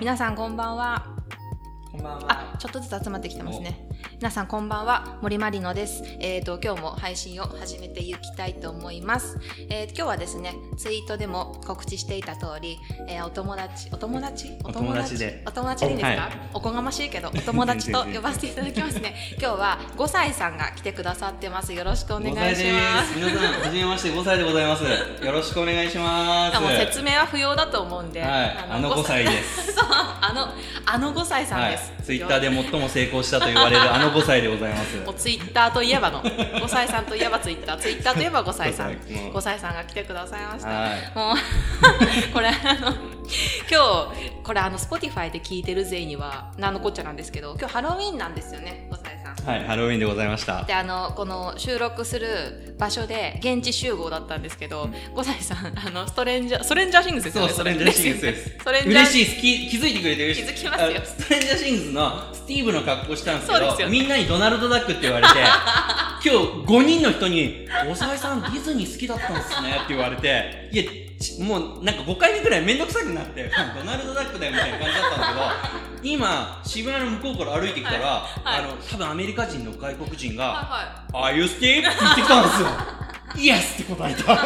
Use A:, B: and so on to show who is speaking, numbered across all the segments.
A: 皆さんこんばんは
B: こんばんは。
A: あちょっとずつ集まってきてますね皆さんこんばんは森まりのですえっ、と今日も配信を始めていきたいと思いますえー今日はですねツイートでも告知していた通り、えーお友達お友達
B: お友達で
A: お友達でいいですか、
B: はい
A: おこがましいけどお友達 と呼ばせていただきますね今日は5歳さんが来てくださってますよろしくお願
B: 5
A: いし
B: 歳で
A: ます
B: す。皆さん、はじめまして、5歳でございます。よろしくお願いします。
A: あもう説明は不要だと思うんで、
B: はい、あの5歳です。
A: そうあのあの5歳さん
B: は
A: で
B: い
A: す、、
B: ツイッターで最も成功したと言われるあの5歳でござ います。
A: もうツイッターといえばの5歳さんといえばツイッターツイッターといえば5歳さん
B: 5歳もう
A: 5歳さんが来てくださいました、
B: はい
A: もう これあの今日これあの Spotify で聞いてるぜいにはなんのこっちゃなんですけど今日ハロウィンなんですよね5歳さん
B: はい、ハロウィンでございました。
A: であのこの収録する場所で現地集合だったんですけど、5歳さんあのストレンジャーストレンジャーシングスですよ
B: そう、
A: ね
B: ストレンジャーシングスです。
A: ストレンジャー
B: 嬉しいです。き気づいてくれて嬉しい。
A: 気づきますよ
B: あのストレンジャーシングスのスティーブの格好したんですけ
A: そう
B: ど、
A: ですよね
B: みんなにドナルドダックって 言われて、今日5人の人に、おさえさんディズニー好きだったんですねって言われて、いや、ちもうなんか5回目くらいめんどくさくなって、 ドナルドダックだよみたいな感じだったんだけど、今、渋谷の向こうから歩いてきたら、
A: はい
B: あの、多分アメリカ人の外国人が、
A: はいはい
B: ああいうステーって言ってきたん ですよ。イエスって答えた。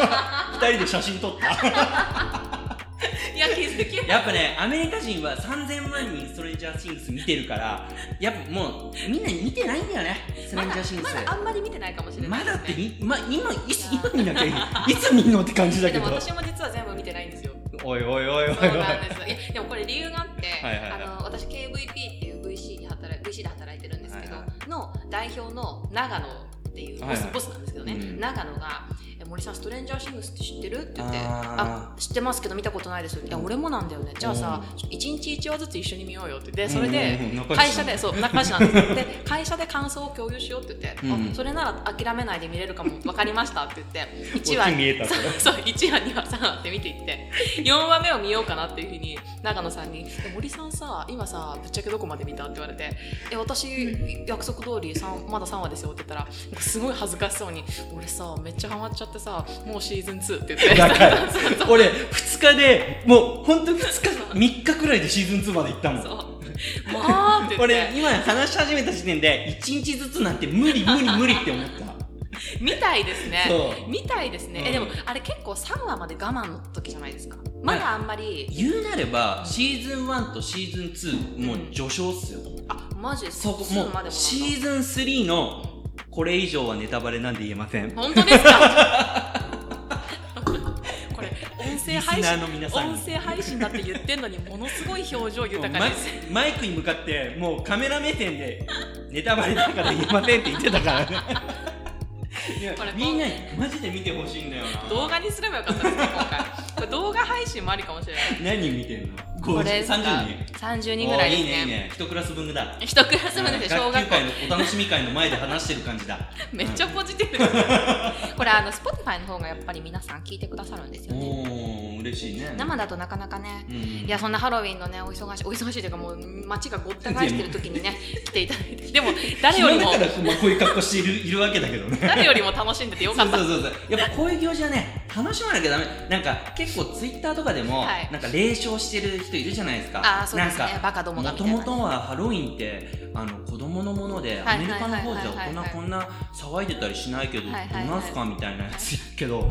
B: 二人で写真撮った。
A: いや気づきない
B: やっぱね、アメリカ人は3000万人ストレンジャーシングス見てるから、やっぱもう、みんな見てないんだよね、ストレンジャーシングス。
A: まだあんまり見てないかもしれな
B: ま
A: い
B: だって
A: で
B: み、ま、今、いつ、今見なきゃいい。いつ見んのって感じ
A: すね
B: だ
A: で
B: けど
A: も。私も実は全部見てないんですよ
B: おいおいおいおいおい。
A: そうなんですいやでもこれ理由があって
B: はいはいはい
A: あの私 KVP っていう VC, に働い VC で働いてるんですけど、
B: はい
A: の代表の長野っていうボス,、
B: はいはい
A: ボスなんですけどね、
B: うん
A: 長野がえ「森さんストレンジャーシングスって知ってる?」って言って「あ
B: あ
A: 知ってますけど見たことないです」いや俺もなんだよねじゃあさ一日一話ずつ一緒に見ようよ」って言ってそれで、
B: うんうんうん
A: 会社でそう仲良しなんですよで会社で感想を共有しようって言って、
B: うん
A: あそれなら諦めないで見れるかも分かりましたって言 って1
B: オ
A: 話
B: チ見えた
A: そ
B: そうれ
A: そう1話2話3話って見ていって4話目を見ようかなっていうふうに長野さんに「森さんさ今さぶっちゃけどこまで見た?」って言われて「え私約束通り三まだ3話ですよ」って言ったらすごい恥ずかしそうに「俺さめっちゃハマっちゃってさもうシーズン2」って言って
B: だから、俺、2日で、もう、ほんと2日、3日くらいでシーズン2まで行ったもん。
A: そう「まあ」って言っ
B: 俺
A: て
B: 今話し始めた時点で1日ずつなんて無理無理無理って思った
A: みたいですね
B: そう
A: みたいですね、え
B: うん
A: でもあれ結構3話まで我慢の時じゃないですかまだあんまり、
B: 言うなればシーズン1とシーズン2もう序章っすよ、
A: あマジ
B: そこ
A: す
B: も
A: ぐまでも
B: うシーズン3のこれ以上はネタバレなんで言えません
A: 本当ですか これ音声配
B: リスナ
A: 信
B: ーの皆さんに
A: 音声配信だって言ってんのにものすごい表情豊
B: も
A: か
B: う
A: です
B: ママイクに向かってもうカメラ目線でネタバレだから言えませんって言って たからねいや
A: これ
B: みんなにマジで見てほしいんだよな
A: 動画にすればよかったですね今回これ動画配信もありかもしれない
B: 何見てんの
A: これ
B: 50 30人
A: 30人ぐらいです
B: おーいいねい
A: ね
B: いね一クラス分だ
A: 一クラス分ですね小
B: 学
A: 学
B: 級
A: 校
B: 会のお楽しみ会の前で話してる感じだ
A: めっちゃポジティブですねこれあの Spotify の方がやっぱり皆さん聞いてくださるんですよね
B: おお嬉しいね
A: 生だとなかなかね
B: うん
A: いやそんなハロウィンのねお忙しいお忙しいというかもう街がごった返してる時にね来ていただいてでも誰よりも
B: 暇だからこ,、まあ、こういう格好しているいるわけだけどね
A: 誰よりも楽しんでて よか
B: そ
A: っ
B: う
A: た
B: そうそうそうやっぱこういう行事はね楽しまなきゃダメなんか結構ツイッターとかでも、
A: はい
B: なんか冷笑してる人いるじゃないですか
A: あーそうですね
B: なんか
A: バカどもが
B: も
A: みた
B: と
A: いな
B: もとはハロウィンってあの子供のもので
A: は
B: ア
A: い
B: メリカの方じ
A: は
B: ゃ
A: いはいはいはい
B: 大人こんな騒いでたりしないけどどう
A: はいはいはい
B: なんすかみたいなやついるけど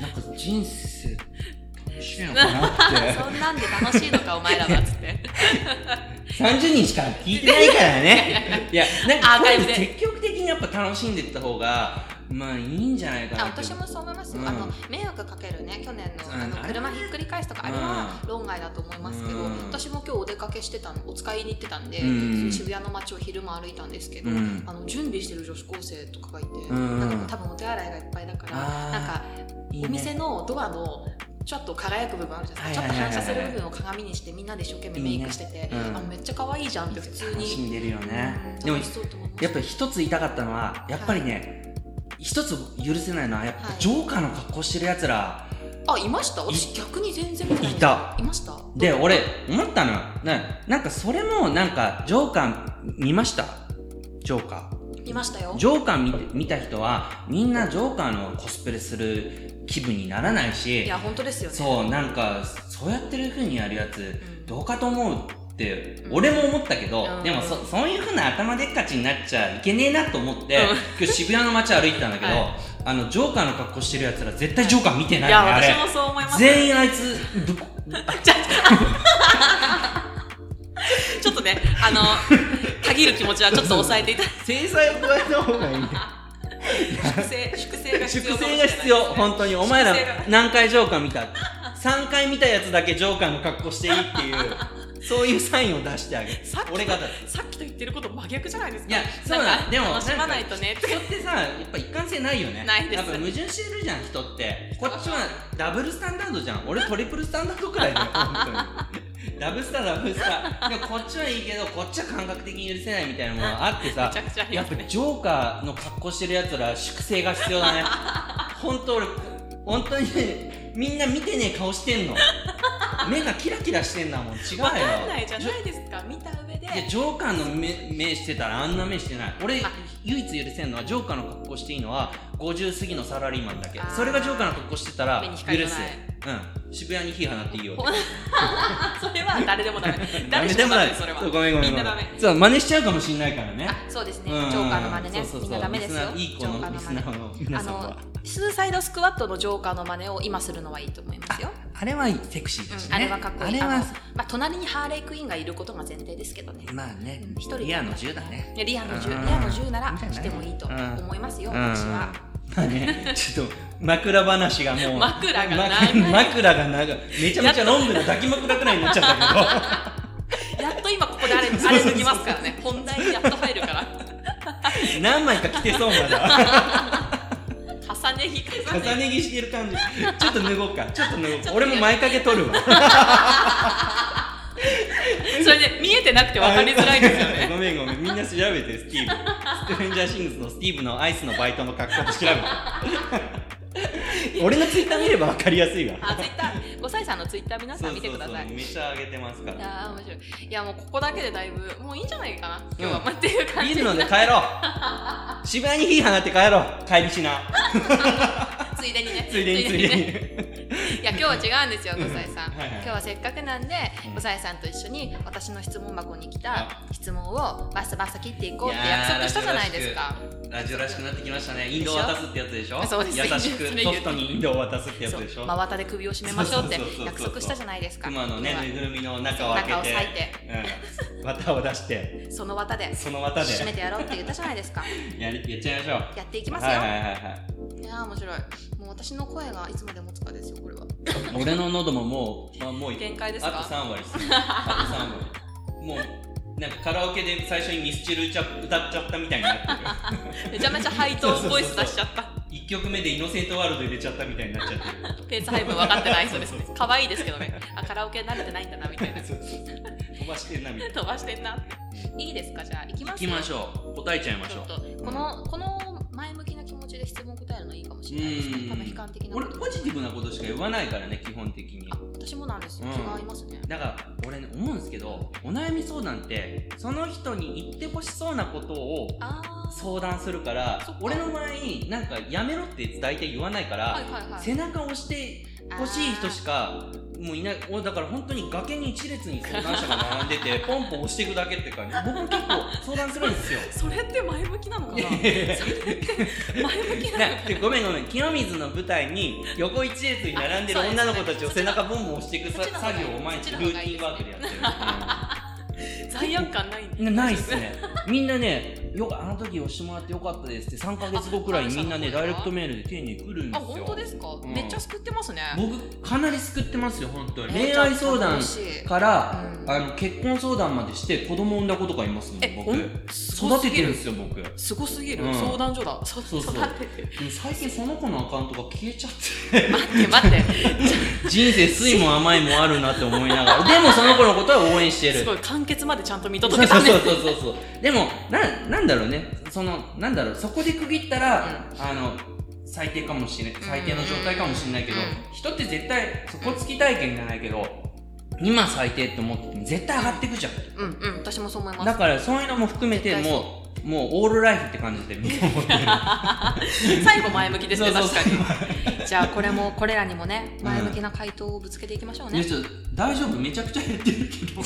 B: なんか人生楽しいのかな って
A: そんなんで楽しいのかお前らはっつっ て
B: 30人しか聞いてないからね。いや、なん
A: ア
B: か
A: ー
B: こう
A: カ
B: い
A: イ
B: う
A: ブ
B: の
A: で
B: 積極的にやっぱ楽しんでいった方が、まあいいんじゃないか
A: あ
B: なって。
A: 私もそう思います、
B: うん
A: あの迷惑かけるね去年の
B: うん
A: あの
B: あれ
A: 車ひっくり返すとかあれは論外だと思いますけど、
B: うん
A: 私も今日お出かけしてたのお使いに行ってたんで、
B: うん
A: 渋谷の街を昼間歩いたんですけど、
B: うん
A: あの準備してる女子高生とかがいて、
B: ん
A: なんか多分お手洗いがいっぱいだから
B: あー
A: なんか
B: いいね
A: お店のドアのちょっと輝く部分あるじゃないですか、
B: はいはいはいはい
A: ちょっと反射する部分を鏡にしてみんなで一生懸命メイクしてて、
B: いいねうん
A: あめっちゃ可愛いじゃんって普通
B: 楽し
A: に、
B: んでるよね。
A: うん
B: でも
A: 楽し、そうと思いました
B: やっぱ一つ言いたかったのは、やっぱりね、一つ許せないのは、やっ
A: は
B: ぱ
A: い
B: ジョーカーの格好してる奴ら、
A: あいました私逆に全然見てない
B: いた
A: いました
B: で、俺、思ったのよ。ななんかそれも、なんか、ジョーカー見ましたジョーカー。
A: いましたよ
B: ジョーカー見て見た人はみんなジョーカーのコスプレする気分にならないし
A: いや本当ですよね
B: そうなんかそうやってる風にやるやつ
A: うん
B: どうかと思うって
A: うん
B: 俺も思ったけど、
A: うん
B: でもそそういう風な頭でっかちになっちゃいけねえなと思って、今日渋谷の街歩いてたんだけど、
A: はい
B: あのジョーカーの格好してるやつら絶対ジョーカー見てない
A: い
B: ね、
A: や
B: あれ
A: 私もそう思います
B: 全員あいつぶ
A: ちょっとねあのたぎる気持ちはちょっと抑えていただい
B: 制裁を加えた方 がいいんだよ
A: て粛清粛 清が必
B: 粛
A: 要かもしれ
B: 清
A: ない
B: が
A: ですね
B: 必要本当にお前ら
A: 粛清が
B: 何回ジョーカー見た3回見たやつだけジョーカーの格好していいっていうそういうサインを出してあげる
A: さっきと
B: 俺がだって
A: さっきと言ってること真逆じゃないですか
B: いやそうなん
A: か
B: でも
A: 楽しまないとね
B: 人ってさやっぱ一貫性ないよね
A: ないです
B: やっぱ矛盾してるじゃん人ってこっちはダブルスタンダードじゃん俺トリプルスタンダードくらいだよ本当 にダブルスターダブルスターでもこっちはいいけどこっちは感覚的に許せないみたいなものがあってさ
A: めちゃくちゃあり
B: や
A: ま
B: っ
A: す
B: ぱ
A: ね
B: ジョーカーの格好してるやつら粛清が必 要だね本当俺本当にねみんな見てねえ顔してんの目がキラキラしてんなもん違うよ
A: わかんないじゃ
B: ジョ
A: ないですか見た上で
B: いやジョーカーの目目してたらあんな目してない俺
A: あ
B: 唯一許せんのはジョーカーの格好していいのは50過ぎのサラリーマンだけ
A: あー
B: それがジョーカーの格好してたら
A: 目に
B: 許す
A: 光がない
B: うん渋谷に火放っていいよ
A: ほそれは 誰でもダメ誰
B: 誰
A: し
B: で
A: も
B: も
A: ダ
B: ない
A: メそれは
B: そうごめんごめんご
A: み
B: め
A: んなダメ
B: そう真似しちゃうかもしんないからね
A: あそうですね、
B: うん
A: ジョーカーの真似ね
B: そうそう
A: み
B: そうん
A: なダメですよ
B: リスナーいい子
A: ジョーカ
B: の
A: ーの
B: リス
A: 真似
B: ナーの皆
A: あ
B: さん
A: の
B: は
A: スーサイドスクワットのジョーカーの真似を今するのはいいと思いますよ、
B: あれはいいセクシーだし
A: う
B: ね
A: ん、あれはかっこいい
B: あれ
A: あ
B: は
A: のまあ、隣にハーレークイーンがいることが前提ですけどね
B: まあね
A: うん一人で
B: リアの銃だね
A: いやリアの銃リ
B: う
A: ア
B: ん
A: の銃なら
B: いいんじゃない
A: 来てもいいと思いますよ
B: うん
A: 私は
B: まあね、ちょっと枕話がもう
A: 枕が長い
B: ま枕が長いめちゃめちゃロングの抱き枕くらいになっちゃった
A: やっと今ここ であれあれ抜きますからね本題にやっと入るから
B: けど何枚か着てそうまだ
A: 重ね着重ね
B: 重ね着してる感じちょっと脱ごうかちょっと脱ごう
A: ちょっと脱
B: か
A: ごう
B: 俺も前掛け取るわ
A: 着それで見えてなくて分かりづらいですよね
B: ごめんごめんみんな調べてスティーブストレンジャーシングスのスティーブのアイスのバイトの格好で 調べて俺のツイッター見れば分かりやすいわ
A: あツイッター5歳さんのツイッター皆さん見てください
B: そうそうそうめっちゃ上げてますから
A: あー面白いいやもうここだけでだいぶもういいんじゃないかな今日は、
B: うん
A: まあっていう感
B: ビ
A: じで
B: ール飲んで帰ろう渋谷に火放って帰ろう帰りしな
A: ついでにね
B: ついでについでに
A: いや今日は違うんですよ五歳さん、
B: はいはい
A: 今日はせっかくなんで
B: うん
A: 五歳さんと一緒に私の質問箱に来た
B: あ
A: 質問をバサバサ切っていこうって
B: いやー
A: 約束したじゃないですか
B: ラジオらしくなってきましたねインドを渡すってやつでしょ
A: そうです
B: 優しく
A: そうです
B: ソフトにインドを渡すってやつ
A: そう
B: でしょ
A: 真綿で首を絞めましょうって
B: そうそうそうそう
A: 約束したじゃないですか
B: 熊のね
A: 今
B: ぬいぐるみの中を開け
A: 中を
B: て
A: 裂いて
B: うん、綿を出して
A: その綿で
B: その綿で
A: 締めてやろうって言ったじゃないですか
B: やりやっちゃいましょう
A: やっていきますよ、
B: はい
A: い
B: はいはい
A: やー面白いもう私の声がいつまで持つかですよこれは
B: はい俺の喉ももう、まあ、もう
A: 限界ですか
B: あと3 割ですあと3割もうなんかカラオケで最初にミスチル歌っ歌っちゃったみたいになってる
A: めちゃめちゃハイトーンボイス出しちゃった
B: 1曲目でイノセントワールド入れちゃったみたいになっちゃってる
A: ペース配分分かってないそう ですね
B: そうそう
A: 可愛いですけどねあカラオケ慣れてないんだなみたいな
B: そうそうそう飛ばしてんなみたい
A: 飛ばしてんないいですかじゃあ行き
B: な
A: ま
B: 行
A: す
B: き
A: よ
B: ましょう答えちゃいまし
A: ち
B: ょ
A: ょ
B: う
A: っとこのこの前向きな気持ちで質問答えるのいいかもしれないですね
B: うん
A: 多分悲観的なこ
B: 俺
A: と
B: ポジティブなことしか言わないからね基本的に
A: あ私もなんですよ、
B: うん
A: 違いますね
B: だから俺ね思うんですけどお悩み相談ってその人に言ってほしそうなことを
A: ああ
B: 相談するから
A: そっか
B: 俺の場合なんかやめろって大体言わないから、
A: はいはいはい
B: 背中を押して欲しい人しかもういない俺だから本当に崖に一列に相談者が並んで てポンポン押していくだけって感じ僕も結構相談するんですよ
A: それって前向きなのかな前向きなの
B: なで ごめんごめん清水の舞台に横一列に並んでる
A: あそうです
B: 女の子たちを背中ボンボン押していく
A: そっ
B: さ
A: ちの方が
B: 作業を毎日
A: そっ
B: ル
A: ちの方
B: ー
A: が
B: テ
A: いい
B: ィンワークでやってる、
A: 罪悪感ないんで
B: うん なないっすねみんなねよくあの時押してもらってよかったですって3か月後くらいにみんなね
A: あ
B: ダイレクトメールで丁寧に来るんで
A: あ
B: すよ
A: 本当ですか、
B: ん
A: めっちゃ救ってますね
B: 僕かなり救ってますよ本当に
A: えー
B: 恋愛相談
A: 楽しい
B: から、
A: うん
B: あの結婚相談までして子供産んだ子とかいますもん
A: え
B: 僕
A: ほん
B: 育ててるんですよ僕でも
A: すごすぎる、
B: うん
A: 相談所だそう
B: そうそう
A: 育ててる
B: 最近その子のアカウントが消えちゃって
A: 待って待って
B: 人生酸いも甘いもあるなって思いなが らでもその子のことは応援してる
A: すごい完結までちゃんと見
B: そう
A: 届け
B: そ
A: た
B: う
A: ね
B: そうそうそうそうでもななんだろうねそのなんだろうそこで区切ったら、あの最低かもしれない最低の状態かもしれないけど、
A: うん
B: 人って絶対底つき体験じゃないけど今最低って思ってても絶対上がっていくじゃん
A: うんうん私もそう思います
B: だからそういうのも含めて
A: 絶対そ
B: もうもうオールライフって感 じで見守ってる
A: 最後前向きですね
B: そう
A: 確
B: そう
A: か
B: そう
A: にじゃあこれもこれらにもね
B: うん
A: 前向きな回答をぶつけていきましょうね、
B: いやちょっと大丈夫めちゃくちゃ減ってるけど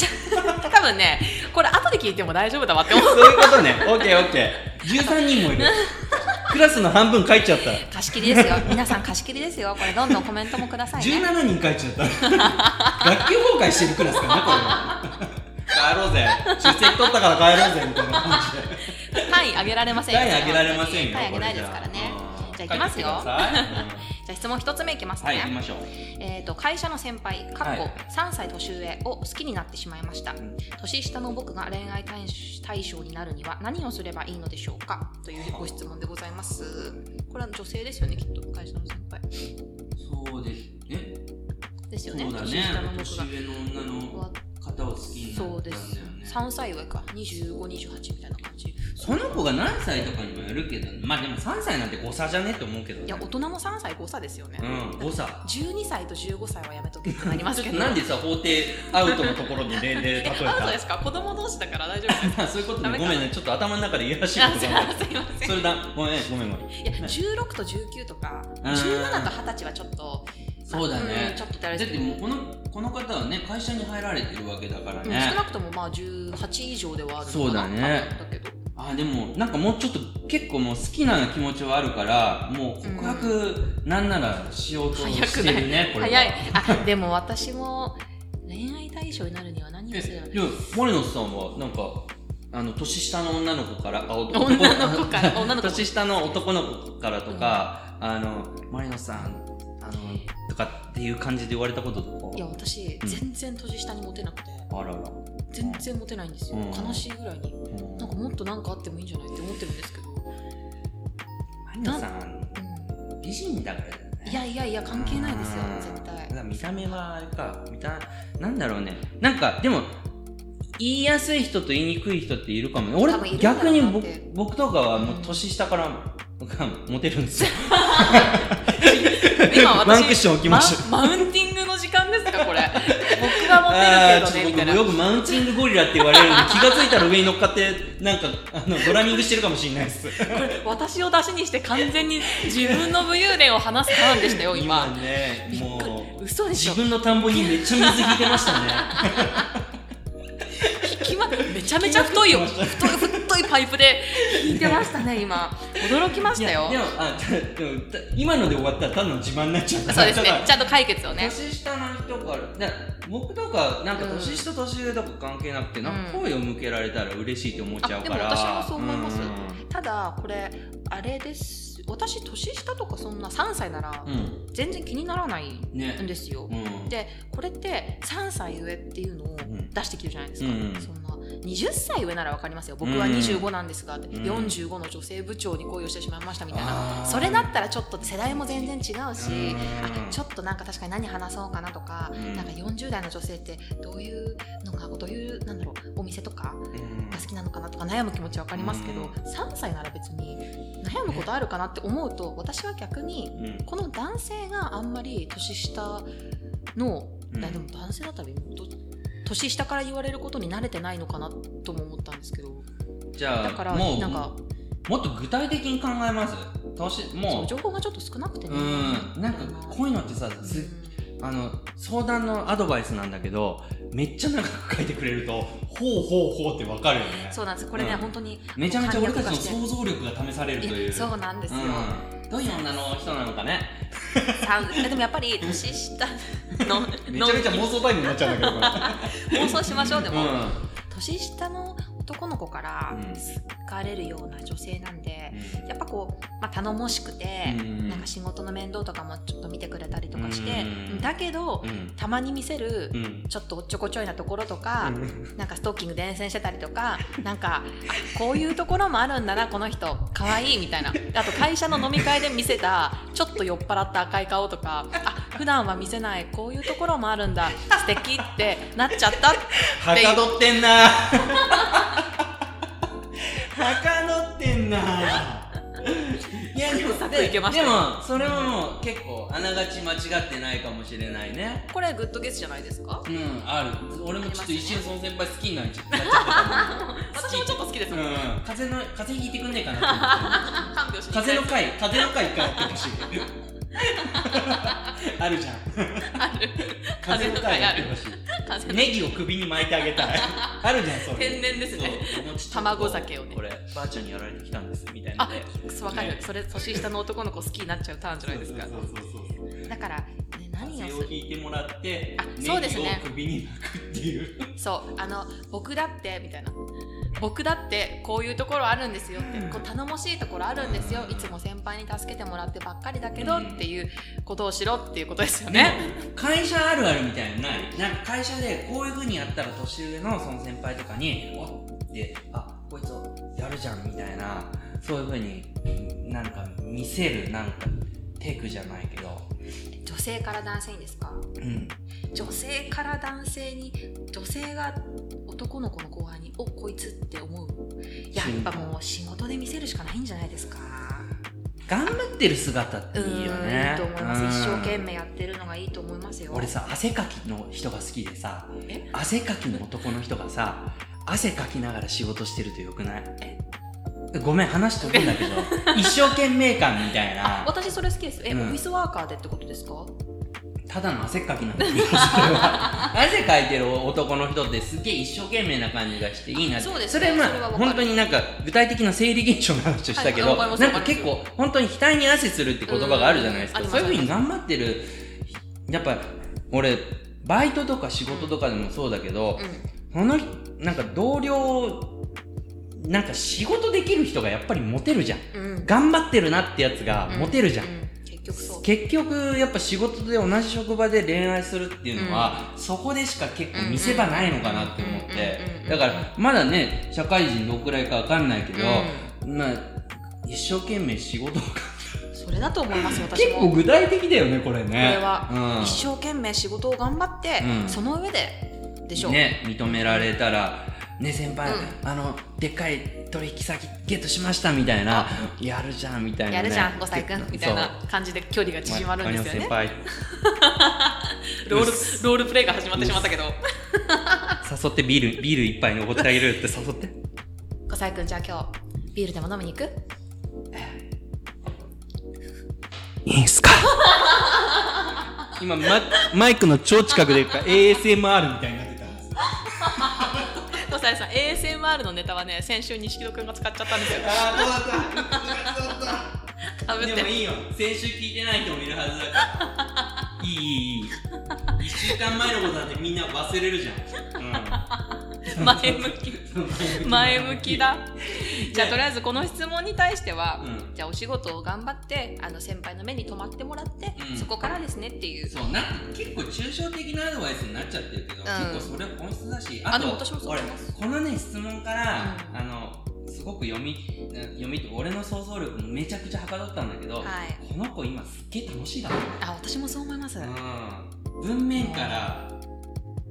A: 多分ねこれ後で聞いても大丈夫だわって思う
B: そういうことねオッケーオッケー13人もいるクラスの半分書いちゃった
A: 貸し切りですよ皆さん貸し切りですよこれどんどんコメントもくださいね
B: 17人書いちゃった学級崩壊してるクラスかなこれは帰ろうぜ出席取ったから帰ろうぜみたいな感じで
A: 単位上げられませんよ
B: 単位上げられませんよ
A: 単位上げ
B: こ
A: な
B: れ
A: いですからねじゃあい
B: 書
A: きますよ
B: てください
A: じゃあ質問一つ目いきますね、
B: うんはい行きましょう
A: えー、と会社の先輩かっこ
B: はい
A: 3歳年上を好きになってしまいました、
B: ん
A: 年下の僕が恋愛対対象になるには何をすればいいのでしょうかというご質問でございますこれは女性ですよねきっと会社の先輩
B: そうですね
A: ですよね
B: そうだね
A: 年下の僕
B: 年上の女
A: が
B: の
A: わ
B: 方を好きにな
A: そ
B: ったんだよ
A: うです
B: ね
A: 3歳上か2528みたいな感じい
B: その子が何歳とかにもよるけどまあでも3歳なんて誤差じゃねって思うけどね
A: や大人の3歳誤差ですよね、
B: うん誤差
A: 12歳と15歳はやめとけってなります
B: ち
A: け
B: ょっ
A: ど
B: とな んでさ法廷アウトのところに年齢例え
A: え
B: た
A: アウトですか子供同士だから大丈夫です
B: あそういうこと
A: ダメ
B: ね
A: か
B: ごめん ねちょっと頭の中でいやらしい
A: あ
B: こ
A: す
B: と
A: い
B: が
A: ません
B: それだごめん ごめんごめん
A: いや16と19とか
B: うん
A: 17と20歳はちょっと
B: そうだね
A: んちょっと誰
B: だってもうこのこの方はね会社に入られてるわけだから
A: 少
B: ね
A: なくともまあ18以上ではあるのかな
B: そうだね
A: 多分だけど
B: あでもなんかもうちょっと結構もう好きな気持ちはあるからもう告白なんならしようとしてるねこれは
A: 早いあでも私も恋愛対象になるには何をすれば
B: えいや森野さんはなんかあの年下の女の子からあ男
A: 女の子から女の子
B: 年下の男の子からとか、あの森野さんあのとかっていう感じで言われたこととか
A: いや私
B: うん
A: 全然年下にモテなくて
B: あらら、
A: 全然モテないんですよ
B: うん
A: 悲しいぐらいに
B: うん
A: なんかもっとなんかあってもいいんじゃないって思ってるんですけど、
B: マリナさん
A: う
B: 美人だからだよね
A: ん、いやいやいや関係ないですよ
B: うん
A: 絶対
B: だから見た目はあれか見たなんだろうねなんかでも言いやすい人と言いにくい人っているかもね俺
A: 多分いるんだろうな
B: 逆に僕
A: って
B: 僕とかはもう年下から僕はモテるんですよ
A: 今私
B: ワンクッション置きました
A: ママウンティングの時間ですかこれ 僕が持ってるけどねみ
B: あーちょ
A: た
B: っ
A: い
B: と
A: な
B: 僕よくマウンティングゴリラって言われるんで気がついたら上に乗っかってなんかあのドラミングしてるかもしれないです
A: これ私を出しにして完全に自分の武勇伝を話すターンでしたよ今
B: ねもう
A: 嘘でしょ
B: 自分の田んぼにめっちゃ水引いてましたね
A: 引きまめちゃめちゃ太い よ太い太いパイプで引いてましたね今驚きましたよ
B: でもあ でも今ので終わったらただの自慢になっちゃった
A: そうです
B: だか
A: ね
B: ら
A: ちゃんと解決をね
B: 年下の人からだ僕とかなんか
A: うん
B: 年下年上とか関係なくて、なんか
A: うん
B: 声を向けられたら嬉しいって思っちゃ
A: あ
B: う
A: で
B: か
A: も
B: ら
A: 私もそう思います
B: う
A: ただこれあれです私年下とかそんな3歳なら
B: んうん
A: 全然気にならないん
B: ね
A: ですよ
B: うん
A: でこれって3歳上っていうのを
B: ん
A: 出してきてるじゃないですか、
B: うん
A: そんな20歳上なら分かりますよ僕
B: うん
A: は25なんですが、って
B: ん
A: 45の女性部長に恋をしてしまいましたみたいな
B: あー
A: それだったらちょっと世代も全然違うし、あ
B: うん
A: ちょっとなんか確かに何話そうかなとか、
B: うん
A: なんか40代の女性ってどういうのがどういうなんだろうお店とか
B: うん
A: が好きなのかなとか悩む気持ち分かりますけど、
B: うん
A: 3歳なら別に悩むことあるかなって思うと私は逆に
B: うん
A: この男性があんまり年下の、
B: うん
A: あでも男性だったらど年下から言われることに慣れてないのかなとも思ったんですけど
B: じゃあ
A: だから
B: もう
A: なんか
B: もっと具体的に考えます年
A: そ
B: も
A: う
B: う
A: 情報がちょっと少なくてね
B: うんなんかこういうのってさ
A: うん
B: すあの相談のアドバイスなんだけどめっちゃ長く書いてくれるとほうほうほうってわかるよね
A: そうなんですこれね、
B: うん
A: 本当に
B: めちゃめちゃ俺たちの
A: う
B: 想像力が試されるという
A: そうなんですよ、
B: うん、どういう女の人なのかね
A: さんでもやっぱり年下の
B: めちゃめちゃ妄想タイムになっちゃうんだけどこ
A: の妄想しましょうで
B: れ
A: も、年下の男の子から好かれるような女性なんで、やっぱこう、まあ、頼もしくて、
B: うん
A: なんか仕事の面倒とかもちょっと見てくれたりとかして、
B: うん
A: だけど、
B: うん
A: たまに見せる、
B: うんうん
A: ちょっとおっちょこちょいなところとか、
B: うん
A: なんかストッキング伝染してたりとか、なんか、あこういうところもあるんだな、この人、可愛いみたいな。あと会社の飲み会で見せた、ちょっと酔っ払った赤い顔とか、あ、普段は見せない、こういうところもあるんだ、素敵ってなっちゃった。
B: はかどってんなはかどってんないややでも
A: サクいけました
B: で
A: よ
B: もそれはもう結構あながち間違ってないかもしれないね
A: これグッドゲスじゃないですか
B: うんある俺もちょっと一瞬その先輩好きになっちゃった
A: 私もちょっと好きです
B: う
A: もん、
B: ん風邪の風邪ひいてくんねえかなって思って
A: 看病
B: る
A: しに行きた
B: 風
A: い
B: の回風の回一回やってほしい あるじゃん
A: ある
B: 風の回やってほし
A: 風
B: い
A: の
B: ネギを首に巻いてあげたいあるじゃんそれ
A: 天然ですね
B: そう
A: 卵酒をね
B: こればあちゃんにやられてきたんですみたいな
A: あ
B: ね
A: くそわかる、
B: ね
A: それ年下の男の子好きになっちゃうターンじゃないですか
B: そうそうそうそう
A: だから、ね、何
B: 風
A: を
B: 邪
A: す
B: を
A: る
B: ひいてもらって
A: あそうですね
B: ネギを首に巻くっていう
A: そうあの僕だってみたいな僕だってこういうところあるんですよってこう頼もしいところあるんですよいつも先輩に助けてもらってばっかりだけどっていうことをしろっていうことですよね。
B: でも会社あるあるみたいなのないなんか会社でこういうふうにやったら年上のその先輩とかに「おっ」って「あこいつやるじゃん」みたいなそういうふうになんか見せるなんかテクじゃないけど
A: 女性から男性にですか
B: うん
A: 女性から男性に女性が男の子の後輩に「おこいつ」って思うやっぱもう仕事で見せるしかないんじゃないですか
B: 頑張ってる姿っ
A: う
B: てい
A: ーん
B: いよね
A: いいと思います一生懸
B: 命
A: 命やってるのがいいと思いますよ
B: 俺さ汗かきの人が好きでさ
A: え
B: 汗かきの男の人がさ汗かきながら仕事してるとよくないごめん話飛ぶんだけ ど一生懸命感みたいな
A: 私それ好きですえ、
B: うん
A: オフィスワーカーでってことですか
B: ただの汗っかきなんだけどそれ は汗かいてる男の人ってすげえ一生懸命な感じがしていいなって
A: そうです
B: それは
A: それは
B: まあ
A: わかる
B: 本当になんか具体的な生理現象の話をしたけど、
A: はいわかります
B: なんか結構本当に額に汗するって言葉があるじゃないですか
A: うんあり
B: そ
A: ま
B: う
A: す
B: いうふうに頑張ってるやっぱ俺バイトとか仕事とかでもそうだけど、
A: う
B: そのなんか同僚なんか仕事できる人がやっぱりモテるじゃん
A: ん、うん、
B: 頑張ってるなってやつがモテるじゃん
A: う、う結局そう
B: 結局やっぱ仕事で同じ職場で恋愛するっていうのは、そこでしか結構見せ場ないのかなって思って
A: うんうんうんうん
B: だからまだね社会人どんくらいかわかんないけど、まあ一生懸命仕事を
A: うん、それだと思います私
B: 結構
A: もこ
B: 具体的だよねこれねこ
A: れは、
B: うん、
A: 一生懸命仕事を頑張って、
B: うん
A: その上ででしょう、
B: ね認められたらね先輩、
A: う
B: あのでっかい取引先ゲットしましたみたいなやるじゃんみたいな、ね、
A: やるじゃん5歳くんみたい
B: そう
A: な感じで距離が縮まるんですよね
B: まあマニオ先 輩
A: ロールロールプレイが始まってしまったけど
B: 誘ってビールビール一杯におごってあげるって誘って
A: 5歳くんじゃあ今日ビールでも飲みに行く
B: いいんすか今ママイクの超近くで ASMR みたいになってたんです
A: 5歳さん ASMR のネタはね先週錦戸くんが使っちゃったんですよ
B: ああどうだった
A: かぶって
B: でもいいよ先週聞いてない人もいるはずだからいいいいいい1週間前のことなんてみんな忘れるじゃん、
A: 前向き
B: うん、
A: 前向きだじゃあとりあえずこの質問に対しては、
B: うん
A: じゃあお仕事を頑張ってあの先輩の目に留まってもらって、
B: うん
A: そこからですねっていう
B: そうなんか結構抽象的なアドバイスになっちゃってるけど、
A: ん
B: 結構それは本質だし
A: あ
B: あ
A: で
B: と
A: も私もそう
B: 俺
A: 思います
B: このね質問から、
A: うん
B: あのすごく読み読みって俺の想像力めちゃくちゃはかどったんだけど、
A: はい
B: この子今すっげえ楽しいだろ
A: あ私もそう思います、
B: う、ん、文面から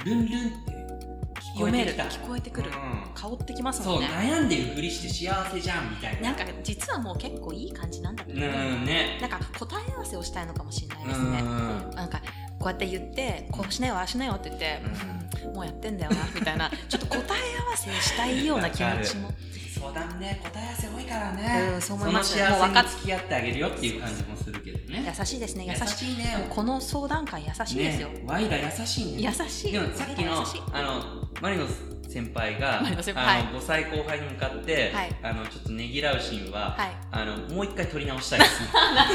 B: ルンルンって聞こ
A: 読
B: え
A: め
B: て
A: る
B: きた
A: 聞こえてくる、
B: うん
A: 香ってきます
B: そ
A: も
B: うん
A: ね
B: 悩んでるふりして幸せじゃんみたいな
A: なんか実はもう結構いい感じなんだけ
B: うん
A: ど、
B: ね
A: なんか答え合わせをしたいのかもしれないです
B: う
A: ね、
B: ん
A: なんかこうやって言ってこうしなよああしなよって言って、うんもうやってんだよなみたいなちょっと答え合わせしたいような気持ちも
B: そうだね答え合わせ多いからね、
A: うんそう思います
B: その
A: もう
B: 幸
A: 分
B: せ
A: かっ
B: に付き合ってあげるよっていう感じもするけどね
A: 優しいですね優しい
B: いね
A: この相談会優しいですよ、
B: ねワイら優しいね
A: 優しい
B: でもさっきの
A: 優しい
B: あのマリノ先輩が
A: マリノ先輩
B: あの5歳後輩に向かって、
A: はい
B: あのちょっとねぎらうシーンは、
A: はい
B: あのもう一回撮り直したいで すね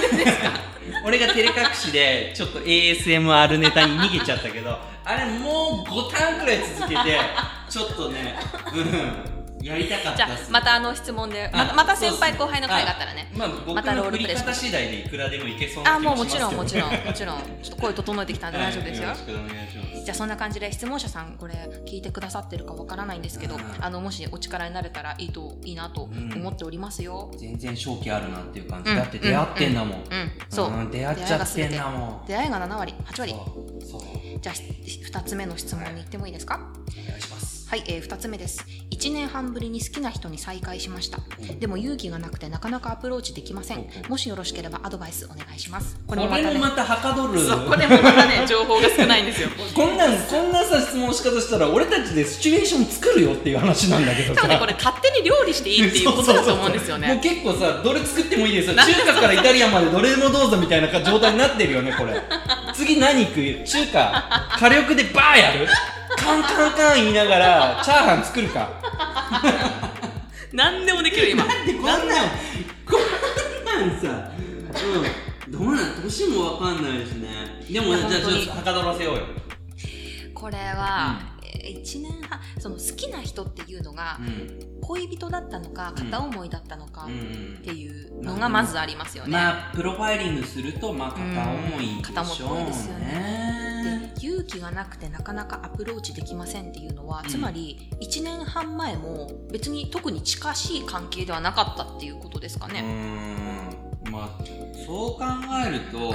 B: 俺が照れ隠しでちょっと ASMR ネタに逃げちゃったけどあれもう5ターンくらい続けてちょっとね、うん、やりたかっ
A: じ
B: た
A: ゃあ
B: っす
A: またあの質問でまた
B: あ
A: また
B: そうっ
A: 先
B: す
A: 輩
B: ね
A: 後輩の会があったらね
B: まあ僕
A: またロ
B: の
A: ール
B: 振
A: プレ
B: り
A: イしま
B: 方
A: す
B: 次第でいくらでもいけそう
A: あ
B: な気
A: も
B: も
A: う
B: し
A: も
B: ま
A: ち
B: すけど
A: ろんもちろんもちろんちょっと声整えてきたんで大丈夫ですよ、
B: はいよろしくお願いします
A: じゃあそんな感じで質問者さんこれ聞いてくださってるかわからないんですけど
B: うん
A: あのもしお力になれたらいいといいなと思っておりますよ、
B: 全然正気あるなっていう感じ、
A: うん
B: だって出会ってんだもん、
A: うんそう、
B: ん出会っちゃってんだもん
A: 出会いが7割8割
B: そうそうお
A: じゃあ2つ目の質問に行ってもいいですか、
B: 願いします
A: はい、えー、2つ目です1年半ぶりに好きな人に再会しましたでも勇気がなくてなかなかアプローチできませ
B: ほうんほう
A: もしよろしければアドバイスお願いします
B: これもまたはかどる
C: そうこれもまたね情報が少ないんですよ
B: こんなんこんなさ質問の仕方したら俺たちでシチュエーション作るよっていう話なんだけど
C: 多
B: さ
C: 分ねこれ勝手に料理していいっていうことだと思うんですよね
B: そうそうそうもう結構さどれ作ってもいい ですよ中華からイタリアンまでどれでもどうぞみたいなか状態になってるよねこれ次何食う中華火力でバーやるカンカンカン言いながらチャーハン作るか
C: 何でもできる今
B: でこんなんこんなんさうんどうなん年もわかんないしねでも
A: い
B: じ
A: や
B: ゃあちょ
A: 本当に
B: っとはかどらせようよ
A: これは、えー1年半その好きな人っていうのが
B: うん
A: 恋人だったのか
B: うん
A: 片思いだったのか
B: う
A: っ
B: ん
A: ていうのがまずありますよね、
B: まあプロファイリングするとまあ片思いでしょう
A: うん片思いですよ
B: ね
A: で勇気がなくてなかなかアプローチできませんっていうのは、
B: うん
A: つまり1年半前も別に特に近しい関係ではなかったっていうことですかね。
B: うーんまあそう考えると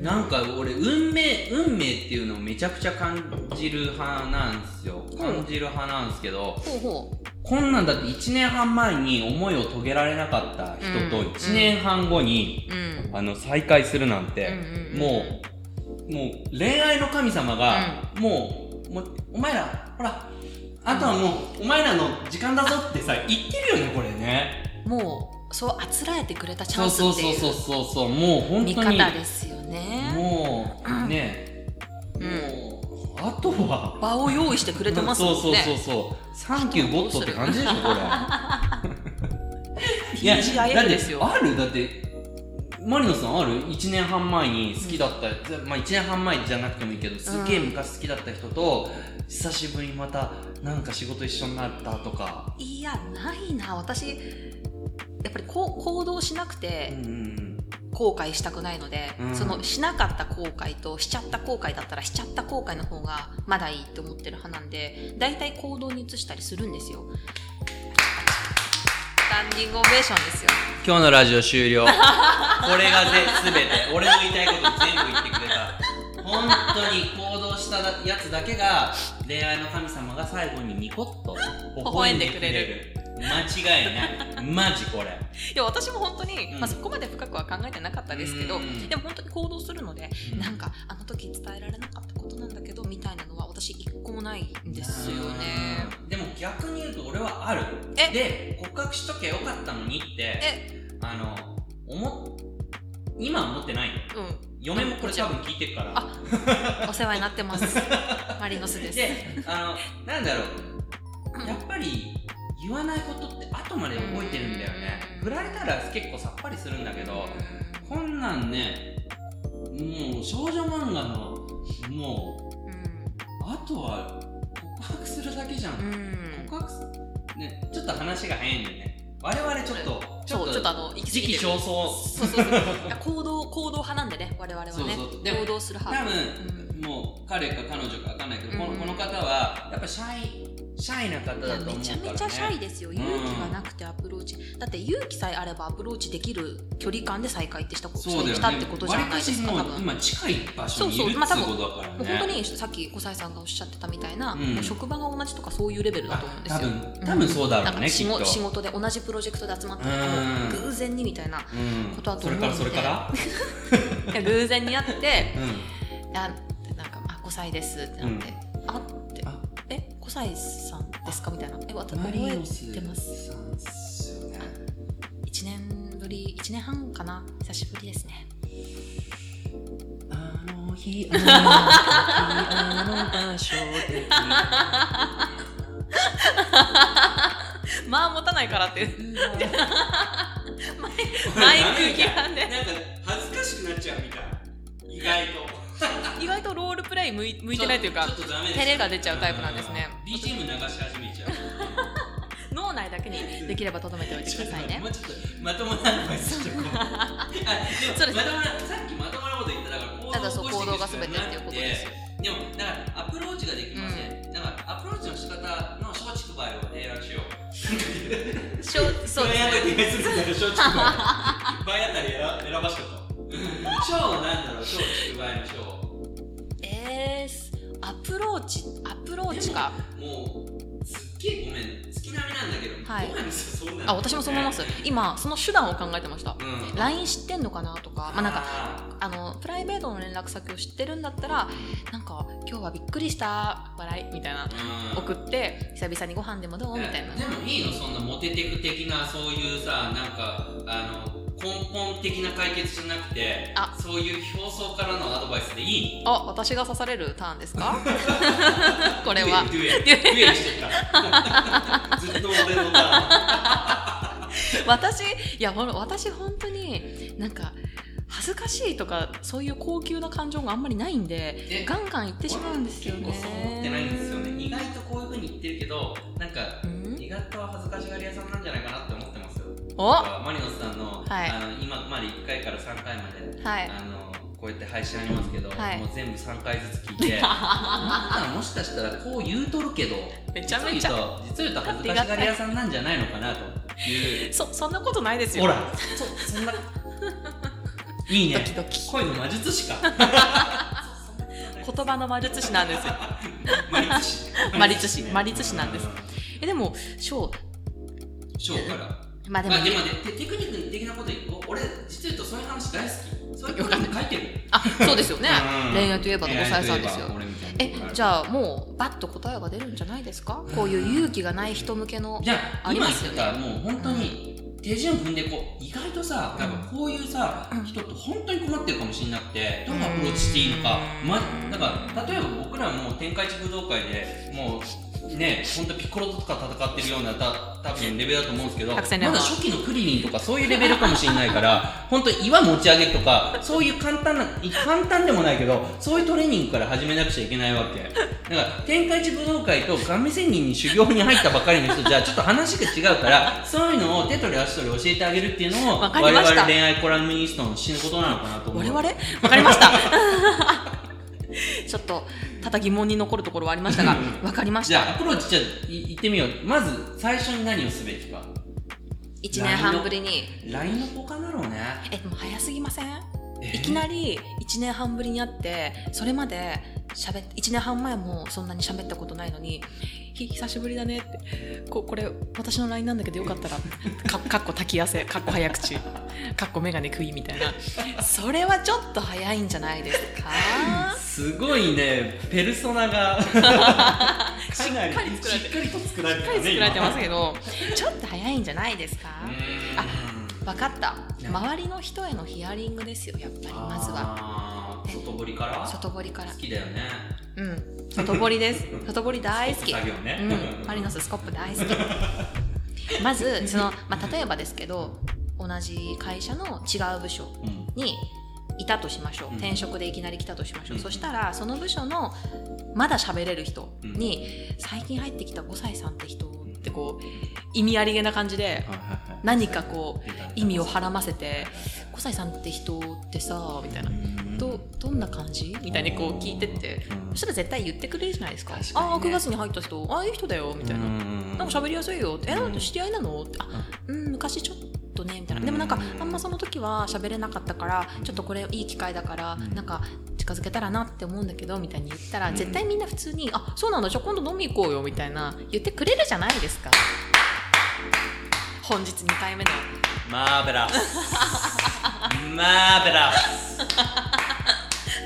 B: なんか俺運命運命っていうのをめちゃくちゃ感じる派なんですよ感じる派なんですけど
A: ほうほ
B: こんなんだって1年半前に思いを遂げられなかった人
A: うん
B: と1年半後に、
A: う。うん。
B: あの再会するなんて、
A: うん
B: もうもう恋愛の神様が、もうもうお前らほらあとはもう、お前らの時間だぞってさ言ってるよねこれね
A: うん。もうそうあつらえてくれたチャ
B: そう
A: ンス
B: そう
A: って
B: そう
A: い
B: そう
A: う
B: そうそうもう本
A: 見
B: 当に
A: 方ですよね。
B: もうね、
A: うん
B: もうあとは
A: 場を用意してくれてますもんね。
B: そうそうそうそうサンキューボットって感じでしょ これ
C: TGIF
B: だって
C: ですよ
B: あるだってマリノさんある1年半前に好きだった、まあ1年半前じゃなくてもいいけどすげえ昔好きだった人と、久しぶりにまたなんか仕事一緒になったとか
A: いやないな私やっぱりこう行動しなくて。
B: うん
A: 後悔したくないので、
B: うん
A: そのしなかった後悔としちゃった後悔だったらしちゃった後悔の方がまだいいって思ってる派なんで大体行動に移したりするんですよスタンディングオベーションですよ
B: 今日のラジオ終了これがぜ全て俺の言いたいこと全部言ってくれた本当に行動したやつだけが恋愛の神様が最後にニコッと微笑んでくれる間違いないマジこれ
A: いや私も本当に、
B: うん
A: まあ、そこまで深くは考えてなかったですけど、
B: うん
A: でも本当に行動するので、
B: うん
A: なんかあの時伝えられなかったことなんだけどみたいなのは私一個もないんですよね
B: うんでも逆に言うと俺はある
A: え
B: で告白しときゃよかったのにってあの思っ今は思ってないよ
A: うん
B: 嫁もこれ多分聞いてるから
A: あお世話になってますマリノスです
B: で、あの、なんだろう、やっぱり言わないことって後まで覚えてるんだよね。
A: うん
B: 振られたら結構さっぱりするんだけど、こんなんね、もう少女漫画の、もう、
A: う
B: あとは告白するだけじゃ。
A: んうんん
B: 告白す、ね、ちょっと話が早いんだよね。我々ちょっと、ち
A: そうちょっとあの行き過
B: 時
A: ぎて
B: 期
A: る
B: 尚早。
A: そうそうそういや行動行動派なんでね我々はね
B: そうそうでも
A: 行動する
B: 多
A: 派
B: 分、もう彼か彼女か分かんないけど、この
A: うん
B: この方はやっぱシャイシャイな方
A: い
B: だ
A: や
B: と思うから、ね、
A: めちゃめちゃシャイですよ
B: ん
A: 勇気がなくてアプローチ、だって勇気さえあればアプローチできる距離感で再会ってしたこと
B: そうだ
A: して
B: よね。
A: きたってことじゃないですか多
B: 割ともう
A: 分。
B: 今近い場所にいる
A: そう
B: って
A: そう
B: こ
A: まあ
B: と
A: 多分
B: だから
A: も
B: ね。
A: う本当にさっき小西さんがおっしゃってたみたいな、
B: うん
A: もう職場が同じとかそういうレベルだと思うんですよ
B: あ多分多分そうだろうね
A: んから仕事
B: きっと
A: 仕事で同じプロジェクトで集まったとか
B: うん
A: 偶然にみたいな
B: うん
A: ことだと
B: それ
A: 思う
B: からそ
A: の
B: れ
A: で
B: から、
A: いや偶然に会って
B: う
A: あなんか「あ5歳です」ってなって「あって
B: あ
A: 「え5歳さんですか?」みたいな「え私覚
B: ん、マリノ
A: え
B: ス
A: てます
B: さんっすよね。
A: 1年ぶり1年半かな久しぶりですね
B: あの日あの時あの場所 で
C: まあ持たないからって マ
B: マ
C: イク批判で
B: なんか恥ずかしくなっちゃうみたい。意外と。
C: 意外とロールプレイ向い向いてないというか
B: ちょっとダメです
C: 照れが出ちゃうタイプなんですね
B: うん BGM 流し始めちゃう。
A: 脳内だけにできればとどめておいてくださいね
B: もうちょっとまともなアドバイスしとこう。あでも
A: そうです
B: まともなさっきまともなこと言っただから行動を
A: ただそう
B: 起こ
A: 行動が
B: して
A: 全
B: い
A: て
B: く
A: っ
B: し
A: い
B: てかな
A: うことですよ
B: でもだからアプローチができません。だからアプローチの仕方の松竹梅を提案しよう。
A: しょそうです
B: や
A: ね
B: ばい提案するから松竹 梅。倍 あたり選選ばしかった。小なんだろう松竹梅の小。
A: えですアプローチアプローチか
B: もうすっげえごめん月並みなんだけど、
A: はい
B: ご飯に誘うんだよ
A: あ私もそう思います今その手段を考えてました
B: うん
A: LINE 知ってんのかなとかまあなんか
B: か
A: あのプライベートの連絡先を知ってるんだったらなんか今日はびっくりした笑いみたいな送って久々にご飯でもどうみたいな
B: でもいいのそんなモテテク的なそういうさなんかあの根本的な解決じゃなくて
A: あ
B: そういう表層からのアドバイスでいいの
A: あ私が刺されるターンですか これは
B: デュエルデュエルデュエルして たずっと俺のだ
A: 私いやほら私本当になんか恥ずかしいとかそういう高級な感情があんまりないんで
B: え
A: ガンガン言ってしまうんですよね
B: 結構そう思ってないんですよね意外とこういうふうに言ってるけどなんか
A: うん
B: 苦手は恥ずかしがり屋さんなんじゃないかなって思ってますよ
A: おは
B: マリノスさんの,、
A: はい
B: あの今まで1回から3回まで、
A: い
B: あのこうやって配信ありますけど、
A: はい
B: もう全部3回ずつ聞い てあなたもしかしたらこう言うとるけど
C: めちゃめちゃ
B: ゃ実を言うと恥ずかしがり屋さんなんじゃないのかなと いう
C: そそんなことないですよ
B: ほらそそんないい
C: ド
B: ね
C: キドキ
B: 恋の魔術師か
C: 言葉の魔術師なんですよ
B: 魔術師
C: 魔術師魔術師なんですえでも翔
B: ショーから
A: まあでも
B: まあでもねテテクニック的なこと言う俺実を言うとそういう話大好きそういうこと書いてる
A: あそうですよね
B: うん
A: 恋愛といえばの5歳さんですよ
B: 俺みたいな
A: えじゃあもうバッと答えが出るんじゃないですかこういう勇気がない人向けの
B: じゃあ
A: あり
B: 今
A: ま
B: 言っ
A: すよね
B: たもう本当に手順踏んでこう意外とさ
A: うん
B: なんかこういうさ、
A: うん
B: 人って本当に困ってるかもしれなくてどうアプローチしていいのか、ま、なんか例えば僕らもう天下一武道会でもうね本当ピッコロとか戦ってるようなた多分レベルだと思うんですけどま
A: 百戦錬磨
B: だ初期のクリリンとかそういうレベルかもしれな いから本当岩持ち上げるとかそういう簡単な簡単でもないけどそういうトレーニングから始めなくちゃいけないわけだから天下一武道会と神仙人に修行に入ったばかりの人じゃちょっと話が違うからそういうのを手取り足取り教えてあげるっていうのを
A: わ
B: 我
A: かりました
B: 々恋愛コラムニストの死ぬことなのかなと思う
A: 我々わかりました ちょっとただ疑問に残るところはありましたが
B: うん
A: わかりまし
B: じゃあ
A: た
B: アプローチじゃあい行ってみようまず最初に何をすべきか
A: 1年半ぶりに
B: LINE の交換だろうね
A: えでも早すぎません
B: え
A: いきなり1年半ぶりに会ってそれまで喋っ1年半前もそんなに喋ったことないのに「ひ久しぶりだね」ってこ「これ私の LINE なんだけどよかったら」か かっこ炊き汗かっこ早口かっこ眼鏡食いみたいなそれはちょっと早いんじゃないですか
B: すごいねペルソナが
C: しっかり作
B: かなり
C: られて
B: しっかりと作られ
C: してっかり作
B: る
C: られてます
B: ね
C: けど
A: ちょっと早いんじゃないですか
B: 今
A: わかった
B: ね
A: 周りの人へのヒアリングですよやっぱり
B: うん
A: まずは
B: あー外堀から
A: 外堀から
B: 好きだよね
A: うん外堀です 外堀大好き
B: 作業ね、
A: うん、マリノススコップ大好 きまずその、まあ、例えばですけど同じ会社の違う部署
B: うん
A: にいたとしましょう
B: うん
A: 転職でいきなり来たとしましょう、
B: うん
A: そしたらその部署のまだ喋れる人に、最近入ってきた5歳さんって人ってこう意味ありげな感じで
B: はいはいはい
A: 何かこう
B: 出たね
A: 意味をはらませて「5歳さんって人ってさ」みたいな「どどんな感じ?」みたいにこう聞いてって
B: うん
A: そしたら絶対言ってくれるじゃないですか「
B: 確かにね
A: ああ9月に入った人ああいい人だよ」みたいな
B: うん
A: なんか喋りやすいよって、え、
B: うん
A: 知り合いなのって、あ、うん、昔ちょっとね、みたいな。でもなんか、あんまその時は喋れなかったから、ちょっとこれいい機会だから
B: う、ん
A: なんか近づけたらなって思うんだけど、みたいに言ったら、絶対みんな普通に、あ、そうなんだ、じゃあ今度飲み行こうよ、みたいな、言ってくれるじゃないですか。本日2回目の。
B: マーベラ スマーベラス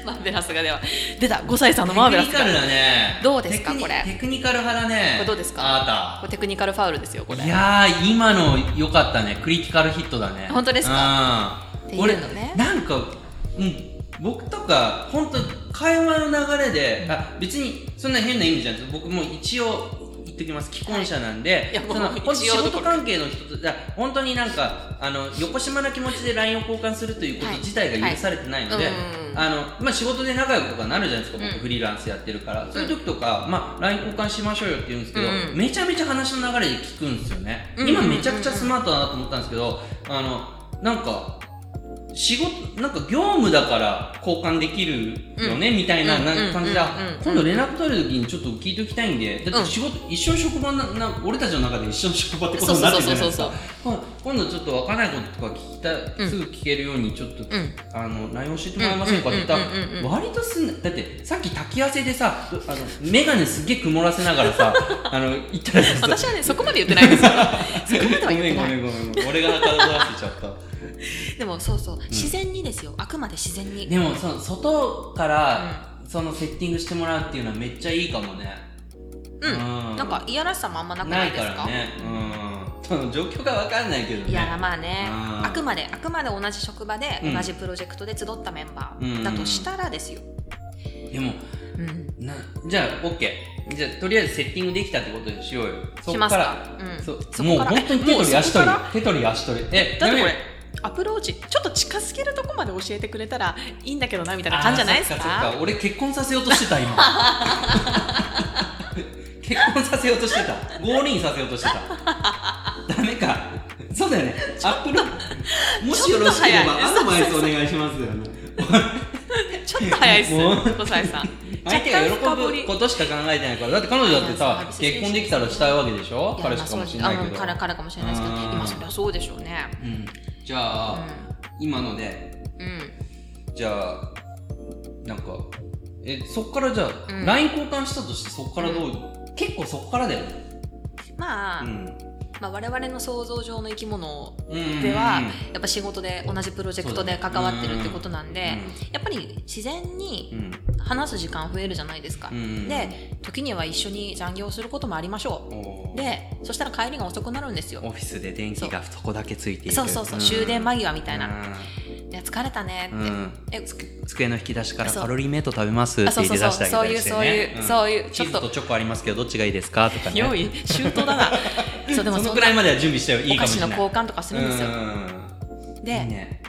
A: マーベラスがでは、出た、5歳さんのマーベラス
B: テクニカル
A: が。
B: だね
A: どうですか
B: テクニ
A: これ
B: テクニカル派だね
A: これどうですか
B: あな
A: これテクニカルファウルですよ、これ。
B: たいやー今の良かったねクリティカルヒットだね
A: 本当です
B: か
A: っていうのね
B: 俺なんかうん僕とか本当会話の流れで、あ別にそんな変な意味じゃないです僕も一応言っときます既婚者なんで、
C: いいやもう
B: その
C: 一応
B: 本当仕
C: どこ
B: 事
C: ろ
B: 関係の人とだ本当になんかあの横島な気持ちで LINE を交換するということ自体が許されてないので、
A: はいはいうん
B: あのまあ、仕事で仲良くとかなるじゃないですか僕、
A: うん
B: フリーランスやってるからそういう時とか、まあ、LINE 交換しましょうよって言うんですけど、
A: うんうん
B: めちゃめちゃ話の流れで聞くんですよね、
A: うん
B: 今めちゃくちゃスマートだなと思ったんですけどあのなんか仕事なんか業務だから交換できるよね、みたいな
A: うん
B: なんか感じで、あ
A: うんうんうん
B: 今度連絡取る時にちょっと聞いておきたいんでだって仕事、一生職場なな俺たちの中で一生職場ってことになってるじゃないですか
A: そう
B: まあ今度ちょっとわからないこととか聞きた
A: う
B: い、
A: ん
B: すぐ聞けるようにちょっと、
A: うん
B: あの LINE 教えてもらえませんかって言ったら
A: うんうんうんうんうん
B: 割とすんなだってさっき炊き合わせでさあの眼鏡すっげえ曇らせなが らさあの行ったらさ
A: 私はねそこまで言ってないん ですよそこまで
B: ご
A: は言って
B: めんご
A: な
B: め
A: い
B: んごめんごめん俺が体出せちゃった
A: でもそうそう自然にですよ、あくまで自然に
B: でもその外から、そのセッティングしてもらうっていうのはめっちゃいいかもね
A: うん
B: う
A: なんかいやらしさもあんまなくな
B: ないい
A: で
B: か
A: すから
B: ねうんその状況がわかんないけどね
A: いやまあね
B: うん
A: あくまであくまで同じ職場で、
B: うん
A: 同じプロジェクトで集ったメンバーだとしたらですよ、
B: でも
A: うん
B: なじゃあ OK じゃあとりあえずセッティングできたってことにしようよそ
A: し
B: こ
A: ます
B: ら
A: か、うん、
B: そう
A: そ
B: も
A: こ
B: う
A: から
B: 本当に手取り足取
A: えも
B: り
A: うそこ
B: 手取り足取りえ
C: だってこれ
B: やめよ
C: アプローチちょっと近すぎるとこまで教えてくれたらいいんだけどなみたいな感じじゃないですか
B: あーそっそっか俺結婚させようとしてた今 結婚させようとしてたゴールインさせようとしてたダメかそうだよねアップルもしよろしければ
C: ちょ
B: ア
C: っ
B: ドバイスお願いしますよね
C: ちょっと早いっす
B: もう
C: 小さいさん
B: 相手が
C: 若干深掘
B: 喜
C: り
B: ぶことしか考えてないからだって彼女だってさ
A: いやサービス精神
B: 結婚できたらしたいわけでしょ
A: いや
B: 彼氏かもしれないけ
A: まあそうですあうん
B: ど
A: 彼彼かもしれないですけど
B: うん
A: 今そりゃそうでしょうね
B: うんじゃあ、今ので
A: うん、うん、
B: じゃあなんかえそっからじゃあ、
A: うん
B: LINE 交換したとしてそっからどう、結構そっからだよね
A: まあ、
B: うん
A: まあ我々の想像上の生き物
B: うん
A: では
B: うん
A: やっぱ仕事で同じプロジェクトで関わってるってことなんで、やっぱり自然に
B: うん
A: 話す時間増えるじゃないですか、
B: うん
A: で時には一緒に残業することもありましょ
B: お
A: う
B: ー
A: でそしたら帰りが遅くなるんですよ
B: オフィスで電気がそこだけついている
A: そうそうそう、終電間際みたいな、いや疲れたね
B: う
A: っ
B: ん
A: て、
B: うん
A: え
B: 机の引き出しから
A: そう
B: カロリーメイト食べますって言って出してあげたりして、ね、
A: あそうそうそういうそういうそういうんちょっと
B: チーズとチョコありますけどどっちがいいですかとかね
C: 用意周到だ な
A: そうでも
B: その
A: そん
B: くらい
A: な
B: までは準備したよい
A: お
B: いか
A: 菓
B: も
A: 子
B: しれな
A: の
B: い
A: 交換とかするんですよ
B: うん
A: で
B: いいね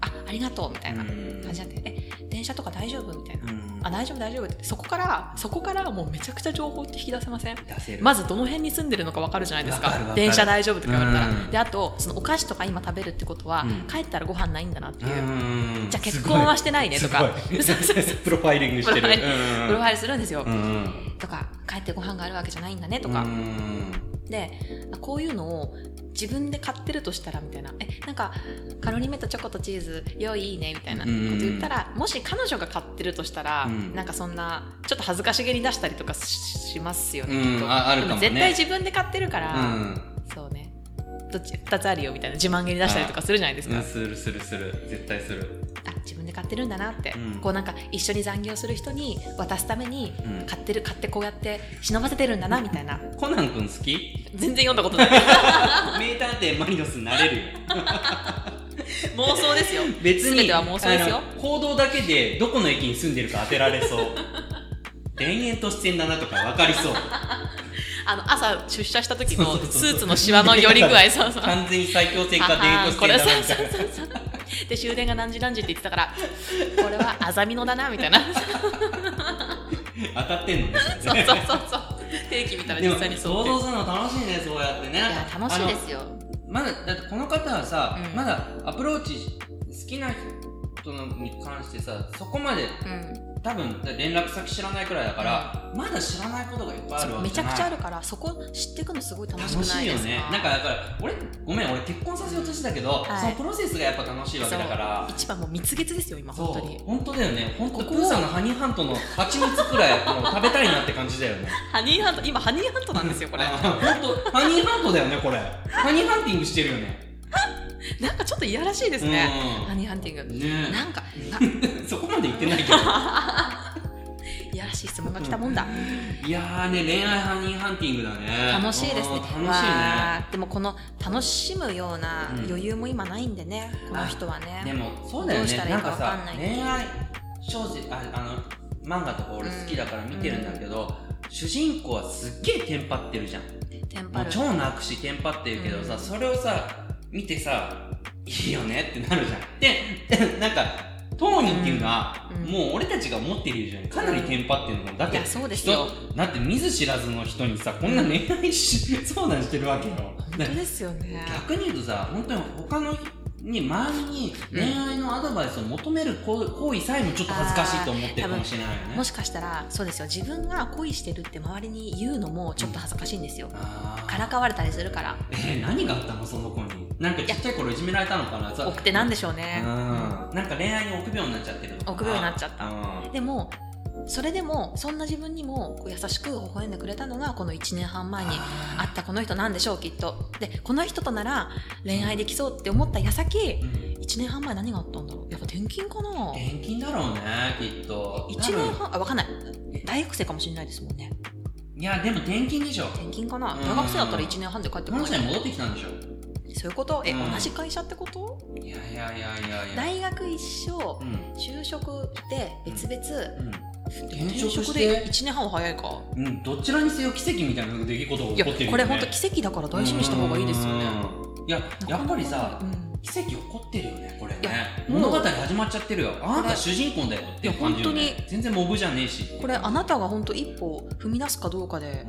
A: あありがとうみたいな
B: うん
A: 感じになってえ電車とか大丈夫みたいな、
B: うん
A: あ大丈夫大丈夫ってそこからそこからもうめちゃくちゃ情報って引き出せません
B: 出せる
C: まずどの辺に住んでるのか分かるじゃないですか
B: わかるわかる
C: 電車大丈夫とか言われたら、
B: うん
A: であとそのお菓子とか今食べるってことは、
B: うん
A: 帰ったらご飯ないんだなって
B: う
A: いう、
B: ん
A: じゃあ結婚はしてないねとか
B: すごいプロファイリングしてる
A: プロファイリ
B: うん
A: プロファイルするんですよ、
B: うん
A: とか帰ってご飯があるわけじゃないんだねとか、
B: うん
A: であこういうのを自分で買ってるとしたらみたいなえなんかカロリーメイトチョコとチーズ用意いいねみたいな
B: う
A: こと
B: ん
A: 言ったらもし彼女が買ってるとしたら、
B: うん
A: なんかそんなちょっと恥ずかしげに出したりとかししますよね、
B: うん
A: きっと
B: ああるかもね
A: で絶対自分で買ってるから、
B: うん
A: そうねどっち2つあるよみたいな自慢げに出したりとかするじゃないですか、
B: うん
A: あ
B: するするする絶対する
A: 自分で買ってるんだなって、
B: うん
A: こうなんか一緒に残業する人に渡すために
B: うん
A: 買ってる買ってこうやって忍ばせてるんだなみたいな
B: コナン君好き
A: 全然読んだこと ない
B: 名探偵マリノスになれるよ
A: 妄想ですよ
B: 別
A: 全
B: に
A: ては妄想ですよ
B: あの行動だけでどこの駅に住んでるか当てられそう田園都市線だなとか分かりそう
A: あの朝出社した時
B: そう
A: の
B: そうそう
A: スーツのシワの寄り具合そうそう
B: 完全に最強性か田園
A: あ
B: 都
A: あ
B: 市
A: こ
B: 線
A: れ
B: だな
A: そう
B: みたいな
A: そうそうそうで終電が何時何時って言ってたからこれはあざみのだなみたいなそう
B: 当たってんのね
A: そうそうそう定期見たら
B: でも
A: 実際にそう
B: 想
A: って
B: 像するの楽しいねそうやってね
A: いや楽しいですよ
B: まだだってこの方はさ、
A: うん
B: まだアプローチ好きな人のに関してさそこまで
A: うん
B: 多分連絡先知らないくらいだから、まだ知らないことがいっぱいあ
A: そ
B: る
A: う
B: わけ
A: めちゃくちゃあ
B: る
A: るからそこ知っていくのすごい楽しく
B: 楽
A: な
B: し
A: い
B: いよ
A: ですか
B: ねなんかだから俺ごめん俺結婚させようとしてたけど、
A: はい
B: そのプロセスがやっぱ楽しいわけだから
A: そう一番もう蜜月ですよ今
B: そう
A: 本当に
B: 本当だよね本当
A: ここ
B: プーさんのハニーハントの蜂蜜くらいもう食べたいなって感じだよね
A: ハニーハント今ハニーハントなんですよこれ
B: あ本当ハニーハントだよねこれハニーハンティングしてるよね
A: なんかちょっといやらしいですねハニーハンティン
B: う
A: グ
B: んね
A: なんかあ
B: そこまで言ってないけど
A: いやらしい質問が来たもんだ
B: いやーね、恋愛ハニーハンティングだね。
A: 楽しいですね
B: あー楽
A: わーでもこの楽しむような余裕も今ないんでね、この人はね
B: しいね。でも、そうだよ
A: どうし
B: ね。
A: たらいい
B: なん
A: か
B: か
A: わかん
B: さ
A: ない、
B: 恋愛小説、ああの、漫画とか俺好きだから見てるんだけど、主人公はすっげえテンパってるじゃん。
A: テン
B: も
A: パ
B: う
A: る
B: 超泣くし、テンパってるけどさ、
A: うん
B: それをさ、見てさ、いいよねってなるじゃん。で、 なんか、当人っていうのは、
A: うんうん
B: もう俺たちが思ってる以上にかなりテンパってるの。だっ
A: い
B: て
A: や、そうですよ
B: 人、だって見ず知らずの人にさ、こんな恋 愛し、相談してるわけよ。
A: 本当ですよね
B: 逆に言うとさ本当に他のに周りに恋愛のアドバイスを求める行行為さえもちょっと恥ずかしいと思ってるかもしれないよね。
A: もしかしたらそうですよ自分が恋してるって周りに言うのもちょっと恥ずかしいんですよ、
B: あー
A: からかわれたりするから
B: えー何があったのその子に。なんかちっちゃい頃いじめられたのかなさ
A: 奥ってなんでしょうね、
B: うんなんか恋愛に臆病になっちゃってるとか
A: 臆病になっちゃった
B: うん
A: でもそれでもそんな自分にもこう優しく微笑んでくれたのがこの1年半前にあったこの人なんでしょうきっとでこの人となら恋愛できそうって思った矢先
B: うん
A: 1年半前何があったんだろうやっぱ転勤かな
B: 転勤だろうねきっと
A: 1年半あ分かんない大学生かもしれないですもんね
B: いやでも転勤でしょ
A: 転勤かな
B: うん
A: 大学生だったら1年半で帰ってこな
B: 本
A: い
B: 社に戻ってきたんでしょ
A: そういうことえ、
B: うん
A: 同じ会社ってこと
B: いやいやいやいやいや
A: 大学一緒
B: うん
A: 就職で別々、
B: うん転
A: 転
B: 職
A: 職
B: し
A: で
B: て
A: 1年半は早いか
B: うんどちらにせよ奇跡みたいな出来事が
A: い
B: 起
A: や
B: こってるよね
A: これ本当奇跡だから大事にした方がいいですよね
B: うんいややっぱりさ
A: うん
B: 奇跡起こってるよねこれ
A: いや
B: ね
A: もう
B: 物語始まっちゃってるよあなた主人公だよっていう感じよね
A: いや本当
B: 全然モブじゃねえし
A: これあなたが本当一歩踏み出すかどうかで
B: う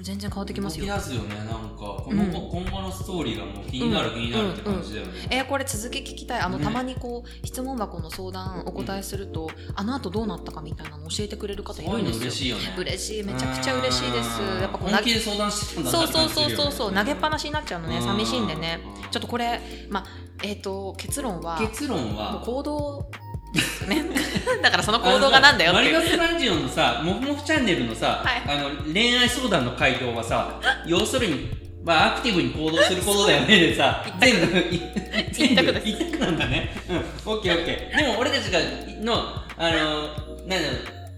B: ん
A: 全然変わってきますよ
B: 動き出すよねなんかこ
A: うん
B: の子、今後のストーリーがもう気になる、
A: うん
B: 気になるって感じだよね、
A: えーこれ続き聞きたいあの、
B: ね
A: たまにこう質問箱の相談お答えすると、あのあとどうなったかみたいなの教えてくれる方い
B: こう
A: る
B: い
A: ん
B: う
A: で
B: の
A: す
B: 嬉
A: よ
B: しいよね
A: 嬉しいめちゃくちゃ嬉しいです
B: うん
A: やっぱこう
B: 本気で相談してたんだな
A: そ
B: っ
A: う
B: て
A: そう
B: 感じす
A: そう
B: るよ
A: そう
B: ね
A: そう投げっぱなしになっちゃうのね
B: うん
A: 寂しいんでね
B: うん
A: ちょっとこれまあえっ、と結論は
B: 結論
A: もう
B: は
A: 行動です よねだからその行動がなんだよ
B: あ
A: っ
B: のさ
A: ていう
B: マリカスラジオのさもふもふチャンネルのさ、
A: はい
B: あの恋愛相談の回答はさ要するにまあアクティブに行動することだよねでさ全部い
A: 一
B: 全部
A: 択です
B: 一択なんだねうんオッケーオッケーでも俺たちがのあのなんだろう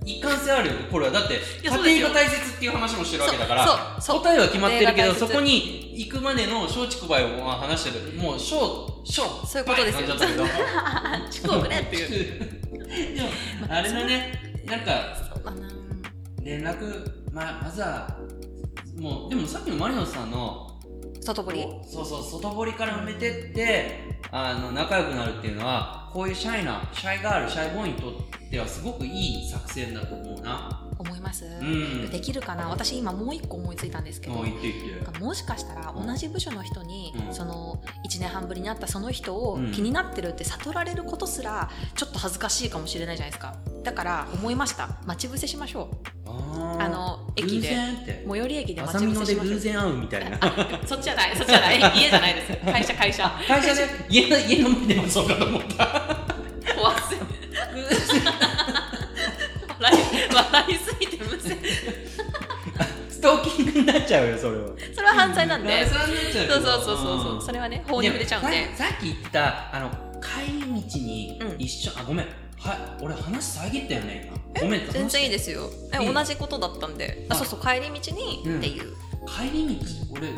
B: 一貫性あるよこれはだって
C: いやそうです
B: 家
C: よ
B: 庭が大切っていう話もしてるわけだから
A: そうそう
B: 答えは決まってるけど
A: 家庭が大切
B: そこに行くまでの松竹梅を話してるもう小小
A: そういうことですよ
B: って感じだったけど
A: あちくをくれっていう
B: いう。でも、 あれだね、なんか、
A: そうだな
B: 連絡、まあ、まずは、もう、でもさっきのマリノスさんの、
A: 外堀
B: こうそうそう、外堀から埋めてって、あの、仲良くなるっていうのは、こういうシャイな、シャイガール、シャイボーイにとってはすごくいい作戦だと思うな。
A: 思います、
B: うん。
A: できるかな私今もう一個思いついたんですけど
B: もう言って言って
A: なん。かもしかしたら同じ部署の人に、
B: うん
A: その1年半ぶりに会ったその人を
B: うん
A: 気になってるって悟られることすらちょっと恥ずかしいかもしれないじゃないですかだから思いました待ち伏せしましょ
B: あ
A: う
B: ー
A: あ、の駅
B: 偶
A: で
B: 然って。
A: 最寄り駅で
B: あ
A: 待
B: さ
A: ち
B: み
A: 伏
B: の
A: せし
B: で
A: ましょ
B: 偶
A: う
B: 然会うみたいな。
C: そっちじゃないそっちじゃない 家じゃないです会社会社
B: 会社で、家の、家の前でもそうかと思った。
C: 怖すぎ笑い笑いすぎて無線
B: ストーキングになっちゃうよ、それは。
A: それは犯罪なん
B: ラ
A: で
B: イスランになっちゃ
A: そうそうそうそうそうそ
B: れ
A: れはね法に触れちゃうんで
B: ささっき言ったあの帰り道に
A: うん
B: 一緒、あごめんはい俺話遮ったよね今ごめん
A: 全然いい
B: で
A: ですよえ
B: いい
A: 同じことだったんであ
B: は
A: そ
B: い
A: うそう帰り道に
B: うん
A: っていう、
B: 帰り道俺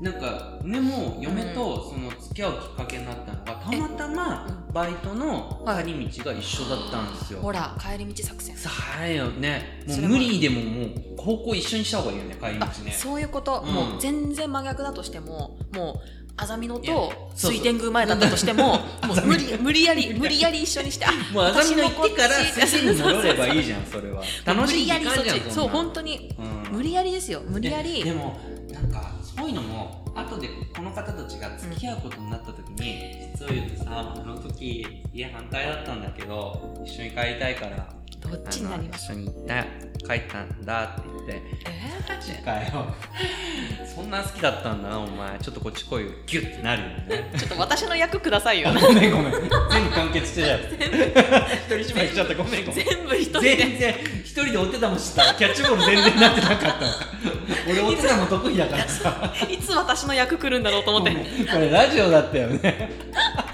B: なんかねもう嫁とその付き合うきっかけになったのがたまたまバイトの
A: は
B: 帰り道が一緒だったんですよ、
A: ほら帰り道作戦
B: さあれよねもう
A: それは
B: 無理でももう高校一緒にした方がいいよね帰り道
A: あ
B: ね
A: そういうこと、
B: うん
A: もう全然真逆だとしてももうあざみの
B: いや
A: と
B: そうそう
A: 水天宮前だったとしてももう無
B: あ
A: 理無理やり無理やり一緒にしてあ
B: もうあざみの行ってから
A: 私もこっち
B: 先生に戻ればいいじゃん それは 楽し
A: 無
B: い時
A: 理や
B: 間
A: り
B: じゃん
A: そっちそうん
B: なの
A: 本当に
B: うん
A: 無理やりですよ無理やり
B: ででもなんかそういうのも後でこの方たちが付き合うことになった時に、実を言うとさあの時家反対だったんだけど一緒に帰りたいから
A: どっちになりま
B: あの一緒に行った帰ったんだって言って
A: え
B: マジかよそんな好きだったんだなお前ちょっとこっち来いよギュッてなるよね
A: ーちょっと私の役くださいよ
B: ごめんごめん全部完結してたよ一人芝居しちゃったごめんごめ ん
A: 全部一人で
B: 全然一人でお手玉してたキャッチボール全然なってなかった俺お手玉得意だからさ
A: いつ私の役来るんだろうと思って
B: これラジオだったよね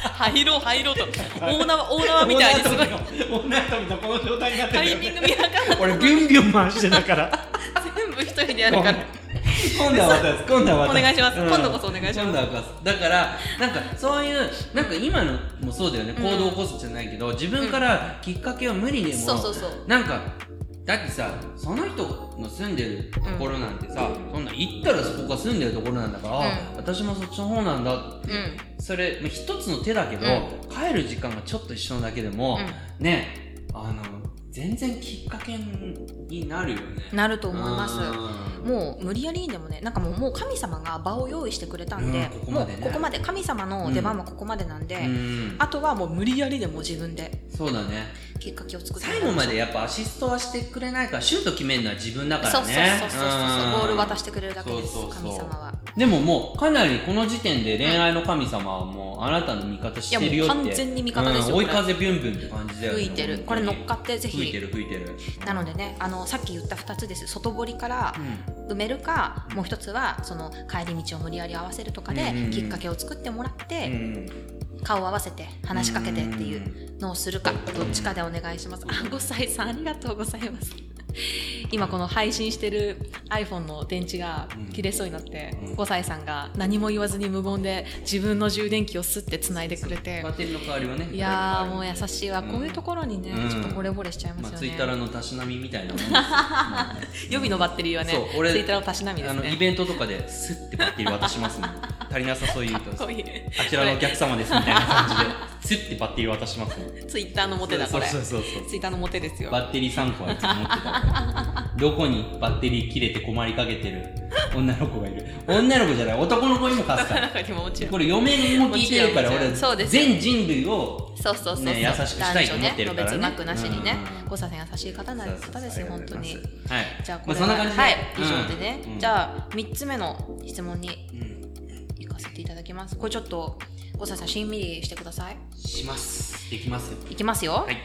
A: 入ろう入 ろうと大縄大縄みたいにすごい
B: 女遊びのこの状態になって
A: タ
B: た
A: イ
B: よ
A: ミン
B: ね
A: グ見計らって
B: 俺ビュンビュン回してたから
A: 全部一人でやるから
B: 今度は私今度は私
A: お願いします今度こそお願いします
B: 今度は私だからなんかそういうなんか今のもそうだよね
A: うん
B: 行動を起こすじゃないけど自分からきっかけを無理でも
A: そうそうそう
B: なんかだってさその人の住んでるところなんてさ、そんな行ったらそこが住んでるところなんだから、あ
A: うん
B: 私もそっちの方なんだ
A: うん
B: それまあ一つの手だけど、
A: う
B: 帰る時間がちょっと一緒なだけでも、
A: う
B: ねあの全然きっかけになるよね
A: なると思います
B: うん
A: もう無理やりにでもねなんかもうもう神様が場を用意してくれたんで、
B: うんここまでね
A: もうここまで神様の出番はここまでなんで、
B: うん
A: あとはもう無理やりでも自分で
B: そうだね
A: きっかけを作って
B: 最後までやっぱアシストはしてくれないからシュート決めるのは自分だから
A: そうそう
B: ね
A: そうそうそうボール渡してくれるだけです
B: そうそうそう
A: 神様は
B: うんでももうかなりこの時点で恋愛の神様はもうあなたの味方し
A: いや
B: て
A: も
B: るよっ
A: う
B: て
A: 完全に味方です
B: う
A: よ、
B: ん追い
A: これ
B: 風ビュンビュンって感じだよね
A: 吹いてるこれ乗っかってぜ
B: 吹いて
A: ひ
B: る吹いてる
A: なのでねあのさっき言った2つです外堀から埋めるか、もう一つはその帰り道を無理やり合わせるとかで、
B: うんうんうん
A: きっかけを作ってもらっ
B: うん
A: て、顔を合わせて話しかけてっていうのをするかどっちかでお願いしますあ5歳さんありがとうございます 今この配信してる iPhone の電池が切れそうになって、
B: うん
A: 5歳さんが何も言わずに無言で自分の充電器をすってつないでくれて
B: バッテリーの代わりはね
A: いやーもう優しいわ、こういうところにね、
B: うん
A: ちょっと惚れ惚れしちゃいま
B: ますあ
A: よ
B: ツイ
A: ね、
B: ッターのたしなみみたいな もんですまあ
A: 予備のバッテリーはね
B: そう俺
A: ツイッターのたしなみで
B: あ
A: す
B: のイ
A: ね
B: ベントとかですってバッテリー渡しますもん足りなさそう言うと
A: かっこいい
B: あちらのお客様ですみたいな感じで、スッてバッテリー渡しますね。
A: ツイッターのモテだこれ
B: そう
A: ツ
B: そうそうそ
A: イッターのモテです
B: う。
A: よ
B: バッテリー3個はいつも持ってたから。どこにバッテリー切れて困りかけてる女の子がいる。女の子じゃない、男の子にも貸すから。
A: 中にももちろん
B: これ嫁にも聞いてるから、
A: もちろんもち
B: 俺
A: ろんそうですよ
B: 全人類を。
A: そうそうそうそう、
B: ね優しくしたいと思ってるから
A: 男女
B: ね
A: ね、別なくなしにね
B: うん
A: ごさん優しい方な方ですよ
B: そう
A: 本
B: そう
A: 当
B: そうあ
A: に
B: りがとうございますはい。
A: じゃあこ
B: まあ
A: れ
B: そんな感じで。
A: はい以上でね、
B: うん
A: じゃあ3つ目の質問に
B: うん
A: 行かせていただきますこれちょっとごさんさんしんみりしてください
B: します。できますよ。
A: いきますよ、
B: はい。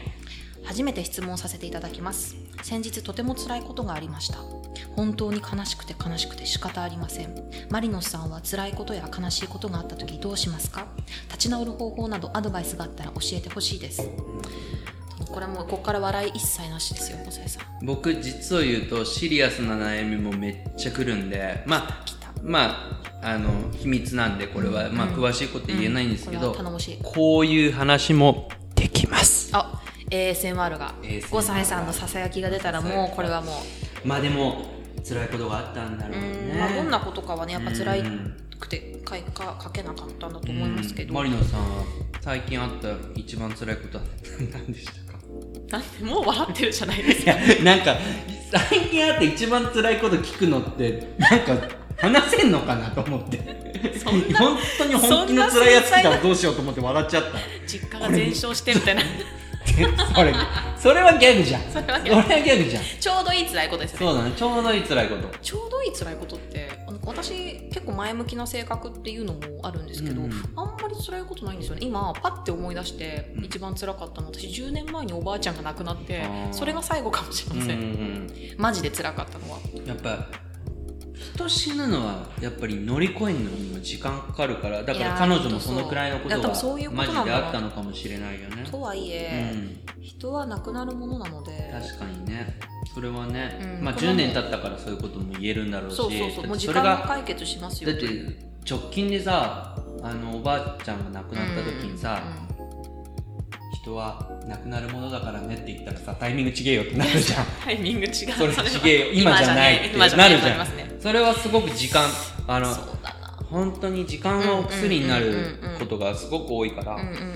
A: 初めて質問させていただきます先日とても辛いことがありました本当に悲しくて悲しくて仕方ありませんマリノスさんは辛いことや悲しいことがあった時どうしますか立ち直る方法などアドバイスがあったら教えてほしいですこれはもうここから笑い一切なしですよ小杉さん
B: 僕、実を言うと、シリアスな悩みもめっちゃくるんで、まあ、
A: 来た
B: まあ、あの秘密なんでこれは、まあ、詳しいこと言えないんですけ
A: これ
B: ど、
A: は頼もしい
B: こういう話もできます
A: あ ASMR が
B: ASMR
A: 5歳さんのささやきが出たらもうこれはも
B: まあでも辛いことがあったんだろ
A: う
B: う
A: う
B: ね
A: ん、まあ、どんなことかはねやっぱ辛い
B: うん
A: くて書いか書けなかったんだと思いますけ
B: うん
A: ど
B: マリノさんは最近あった一番辛いことは何でしたか
A: なんでもう笑ってるじゃないです
B: いや なんか最近あった一番辛いこと聞くのってなんか話せんのかなと思って本当に本気の辛いやつ来たらどうしようと思って笑っちゃった
A: 実家が全焼してみたいな
B: それそれはギャグじゃんそれ
A: れは
B: は
A: ギ
B: ギ
A: ャグ
B: ャグじゃん
A: ちょうどいい辛いことですよね
B: そうだねちょうどいい辛いこと
A: ちょうどいい辛いことってあの私結構前向きな性格っていうのもあるんですけど、
B: うん
A: あんまり辛いことないんですよね今パッて思い出して
B: うん
A: 一番辛かったのは私10年前におばあちゃんが亡くなって
B: あー
A: それが最後かもしれません、マジで辛かったのは
B: やっぱ人死ぬのはやっぱり乗り越えるのにも時間かかるからだか
A: いや
B: ら
A: ー
B: 彼女もそのくらいのこと
A: いや多分そういう
B: は
A: ことな
B: マ
A: ん
B: ジ
A: だな
B: であったのかもしれないよね
A: とはいえ、人は亡くなるものなの
B: うん
A: で
B: 確かにねそれはね、
A: うん
B: まあ
A: これは
B: 10
A: ね
B: 年経ったからそういうことも言えるんだろうし
A: そうそうそうもう
B: だって
A: 時
B: そ
A: 間
B: れ
A: が
B: が
A: 解決しますよ
B: だって直近でさあのおばあちゃんが亡くなった時にさ、
A: うん
B: 人は亡くなるものだからねって言ったらさタイミングちげえよってなる じゃん
A: タイミング違う
B: それ
A: は
B: ちげえよ今じゃないって
A: 今じゃね
B: なるじ
A: 今
B: ゃん
A: ありますね
B: それはすごく時間あの
A: そうだな
B: 本当に時間はお薬になることがすごく多いから、
A: うんうんうんうんうん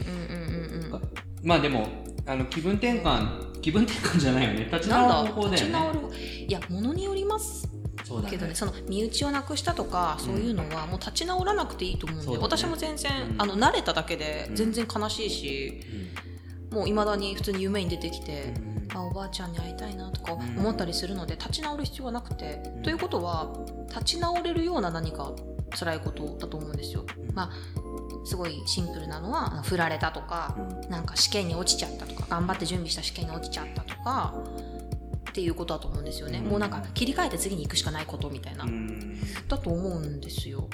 A: うん
B: まあでもあの気分転換気分転換じゃないよね立ち
A: なん
B: 直
A: だ
B: る方法だ
A: 立
B: よ
A: ち
B: ね
A: 直るいやものによります
B: そうだ
A: けどね
B: ね
A: その身内をなくしたとかそういうのはもう立ち直らなくていいと思うんで、
B: そうだね
A: 私も全然、
B: うん
A: あの慣れただけで
B: うん
A: 全然悲しいし、もういまだに普通に夢に出てきて、あおばあちゃんに会いたいなとか思ったりするので立ち直る必要はなくて、
B: うん
A: ということは立ち直れるような何か辛いことだと思うんですよ。
B: うん
A: まあすごいシンプルなのはあの振られたとか、なんか試験に落ちちゃったとか頑張って準備した試験に落ちちゃったとかっていうことだと思うんですよね、
B: うん
A: もうなんか切り替えて次に行くしかないことみたいな、
B: うんうん
A: だと思うんですよ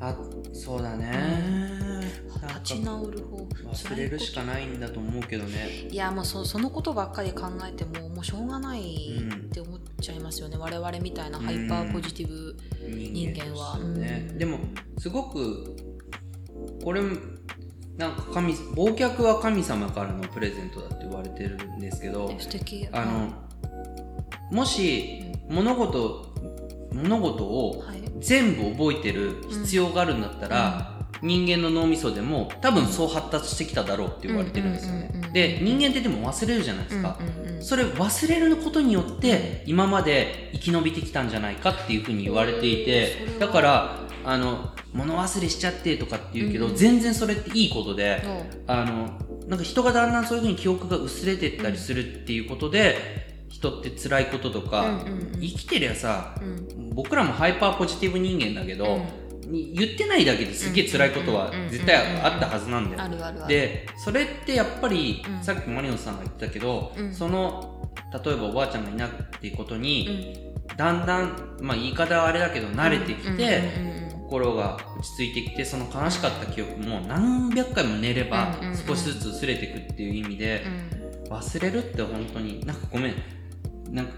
B: あそうだねなんか
A: 立ち直る方
B: 忘れるしかないんだと思うけどね
A: いやもうそそのことばっかり考えてももうしょうがないって思っちゃいますよね、我々みたいなハイパーポジティブ、
B: 人
A: 間
B: と
A: は
B: してね
A: うん
B: でもすごくこれもなんか神忘却は神様からのプレゼントだって言われてるんですけど、
A: 素敵
B: あのもし物事物事を
A: はい
B: 全部覚えてる必要があるんだったら、人間の脳みそでも多分そう発達してきただろうって言われてるんですよね
A: うんうんうんうん
B: で人間ってでも忘れるじゃないですか、
A: うんうんうん
B: それ忘れることによって今まで生き延びてきたんじゃないかっていうふうに言われていて
C: うん
B: だからあの物忘れしちゃってとかって言うけど、
A: うん
B: 全然それっていいことで
A: そう
B: あのなんか人がだんだんそういうふうに記憶が薄れてったりするっていうことで人って辛いこととか、
A: うんうんうん
B: 生きてりゃさ
A: うん
B: 僕らもハイパーポジティブ人間だけど、に言ってないだけですっげえ辛いこと
A: う
B: は
A: んうんうん
B: 絶対あったはずなんだよ
A: あるあるある
B: でそれってやっぱり、
A: うん
B: さっきマリノさんが言ってたけど、
A: うん
B: その例えばおばあちゃんがいなくていうこと
A: う
B: に、
A: ん
B: だんだん、まあ、言い方はあれだけど慣れてきて、
A: うんうんうんうん
B: 心が落ち着いてきてその悲しかった記憶も何百回も寝れば
A: うんうんうん
B: 少しずつ薄れていくっていう意味で、忘れるって本当になんかごめんなんか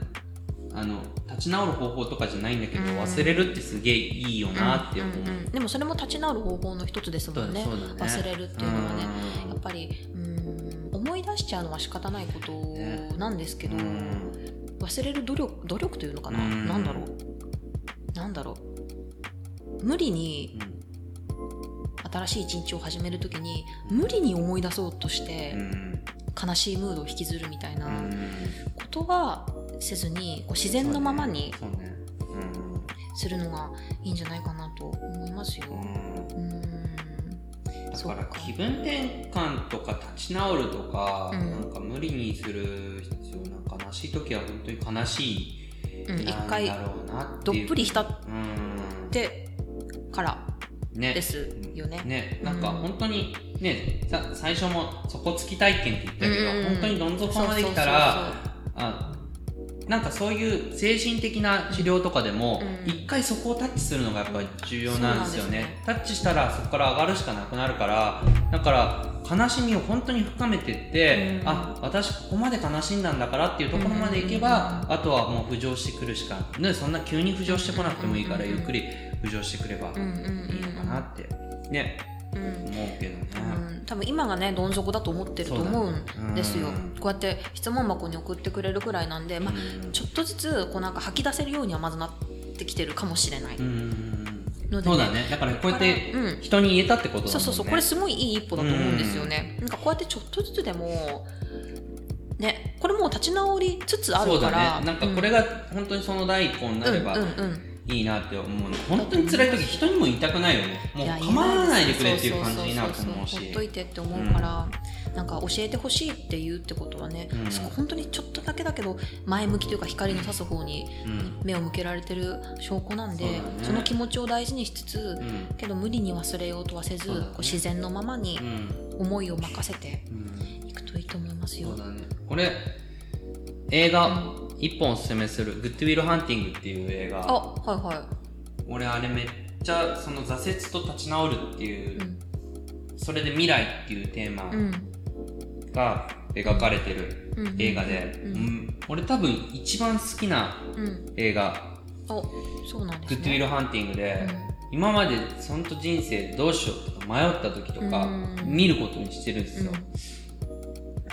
B: あの立ち直る方法とかじゃないんだけど、
A: うん
B: 忘れるってすげえいいよなって思う。
A: うんうんうんでもそれも立ち直る方法の一つですもんね
B: そうだね
A: 忘れるっていうのはね
B: うん
A: やっぱりうん思い出しちゃうのは仕方ないことなんですけど、
B: うん
A: 忘れる努力努力というのかな、
B: うん
A: なんだろうなんだろう無理に新しい一日を始めるときに無理に思い出そうとして、
B: うん
A: 悲しいムードを引きずるみたいな
B: うん
A: ことはせずにこう自然のままに
B: そうねそうね
A: するのがいいんじゃないかなと思いますよ。
B: うんうん
A: うーん
B: だ
A: そ
B: か
A: う
B: ら
A: か
B: 気分転換とか立ち直るとか、
A: うん
B: なんか無理にする必要なんか悲しい時は本当に悲しい、
A: うん一
B: なん
A: 回
B: だろうなって
A: どっ
B: いう
A: ぷり浸っ
B: うん
A: てから
B: ね
A: ですよね。
B: ね、なんか本当にねさ最初も底つき体験って言ったけど、
A: うんうんうん
B: 本当にどん底まで来たらあなんかそういう精神的な治療とかでも
A: うん
B: 一、回そこをタッチするのがやっぱり重要なんですよねタッチしたらそこから上がるしかなくなるからだから悲しみを本当に深めてって、
A: うん
B: あ私ここまで悲しんだんだからっていうところまでいけば、あとはもう浮上してくるしかねそんな急に浮上してこなくてもいいか
A: う
B: ら
A: んうん
B: ゆ
A: うん
B: っくり浮上してくればい
A: うんうん
B: いのかなってね
A: うんうん
B: 思うけどね。
A: うん多分今がねどん底だと思ってると思うんですよ、
B: そうだねうん
A: こうやって質問箱に送ってくれるくらいなんで、まあ、
B: うん
A: ちょっとずつこうなんか吐き出せるようにはまずなってきてるかもしれない
B: うんうんう
A: の
B: ん
A: で、
B: そうだねだからこうやって
A: うん
B: 人に言えたってことだもんね
A: そうそうそうこれすごいいい一歩だと思うんですよね、なんかこうやってちょっとずつでもねこれもう立ち直りつつあるから
B: そうだねなんかこれ
A: が
B: が本当にその第一歩になれば
A: うんうんうん
B: いいなって思う、本当に辛い時人にも言いたくないよねもう
A: いや
B: 構わないでくれっていう
A: そ
B: 感じになると
A: そそ
B: 思うし
A: そほっといてって思うから、なんか教えてほしいって言うってことはね、
B: うん
A: すごい本当にちょっとだけだけど前向きというか光の差す方に
B: うん
A: 目を向けられてる証拠なんで
B: そうだね
A: そ,、の気持ちを大事にしつつ、
B: うん
A: けど無理に忘れようとはせず、
B: そうだね
A: こう自然のままに
B: うん
A: 思いを任せて
B: うん
A: いくといいと思いますよ。
B: そうだねこれ映画一本おすすめする「グッドウィル・ハンティング」っていう映
A: あ
B: 画
A: はいは
B: 俺あれめっちゃその挫折と立ち直るってい
A: い。
B: う、
A: うん
B: それで未来っていうテーマ
A: うん
B: が描かれてる
A: うんうん
B: 映画で、
A: うん
B: うん俺多分一番好きな
A: うん、
B: 映画
A: おそうなん
B: 「
A: で
B: グ
A: すね。
B: ッドウィル・ハンティング」で、今までそんと人生どうしようとか迷った時とか
A: うん
B: 見ることにしてるんですよ、
A: うん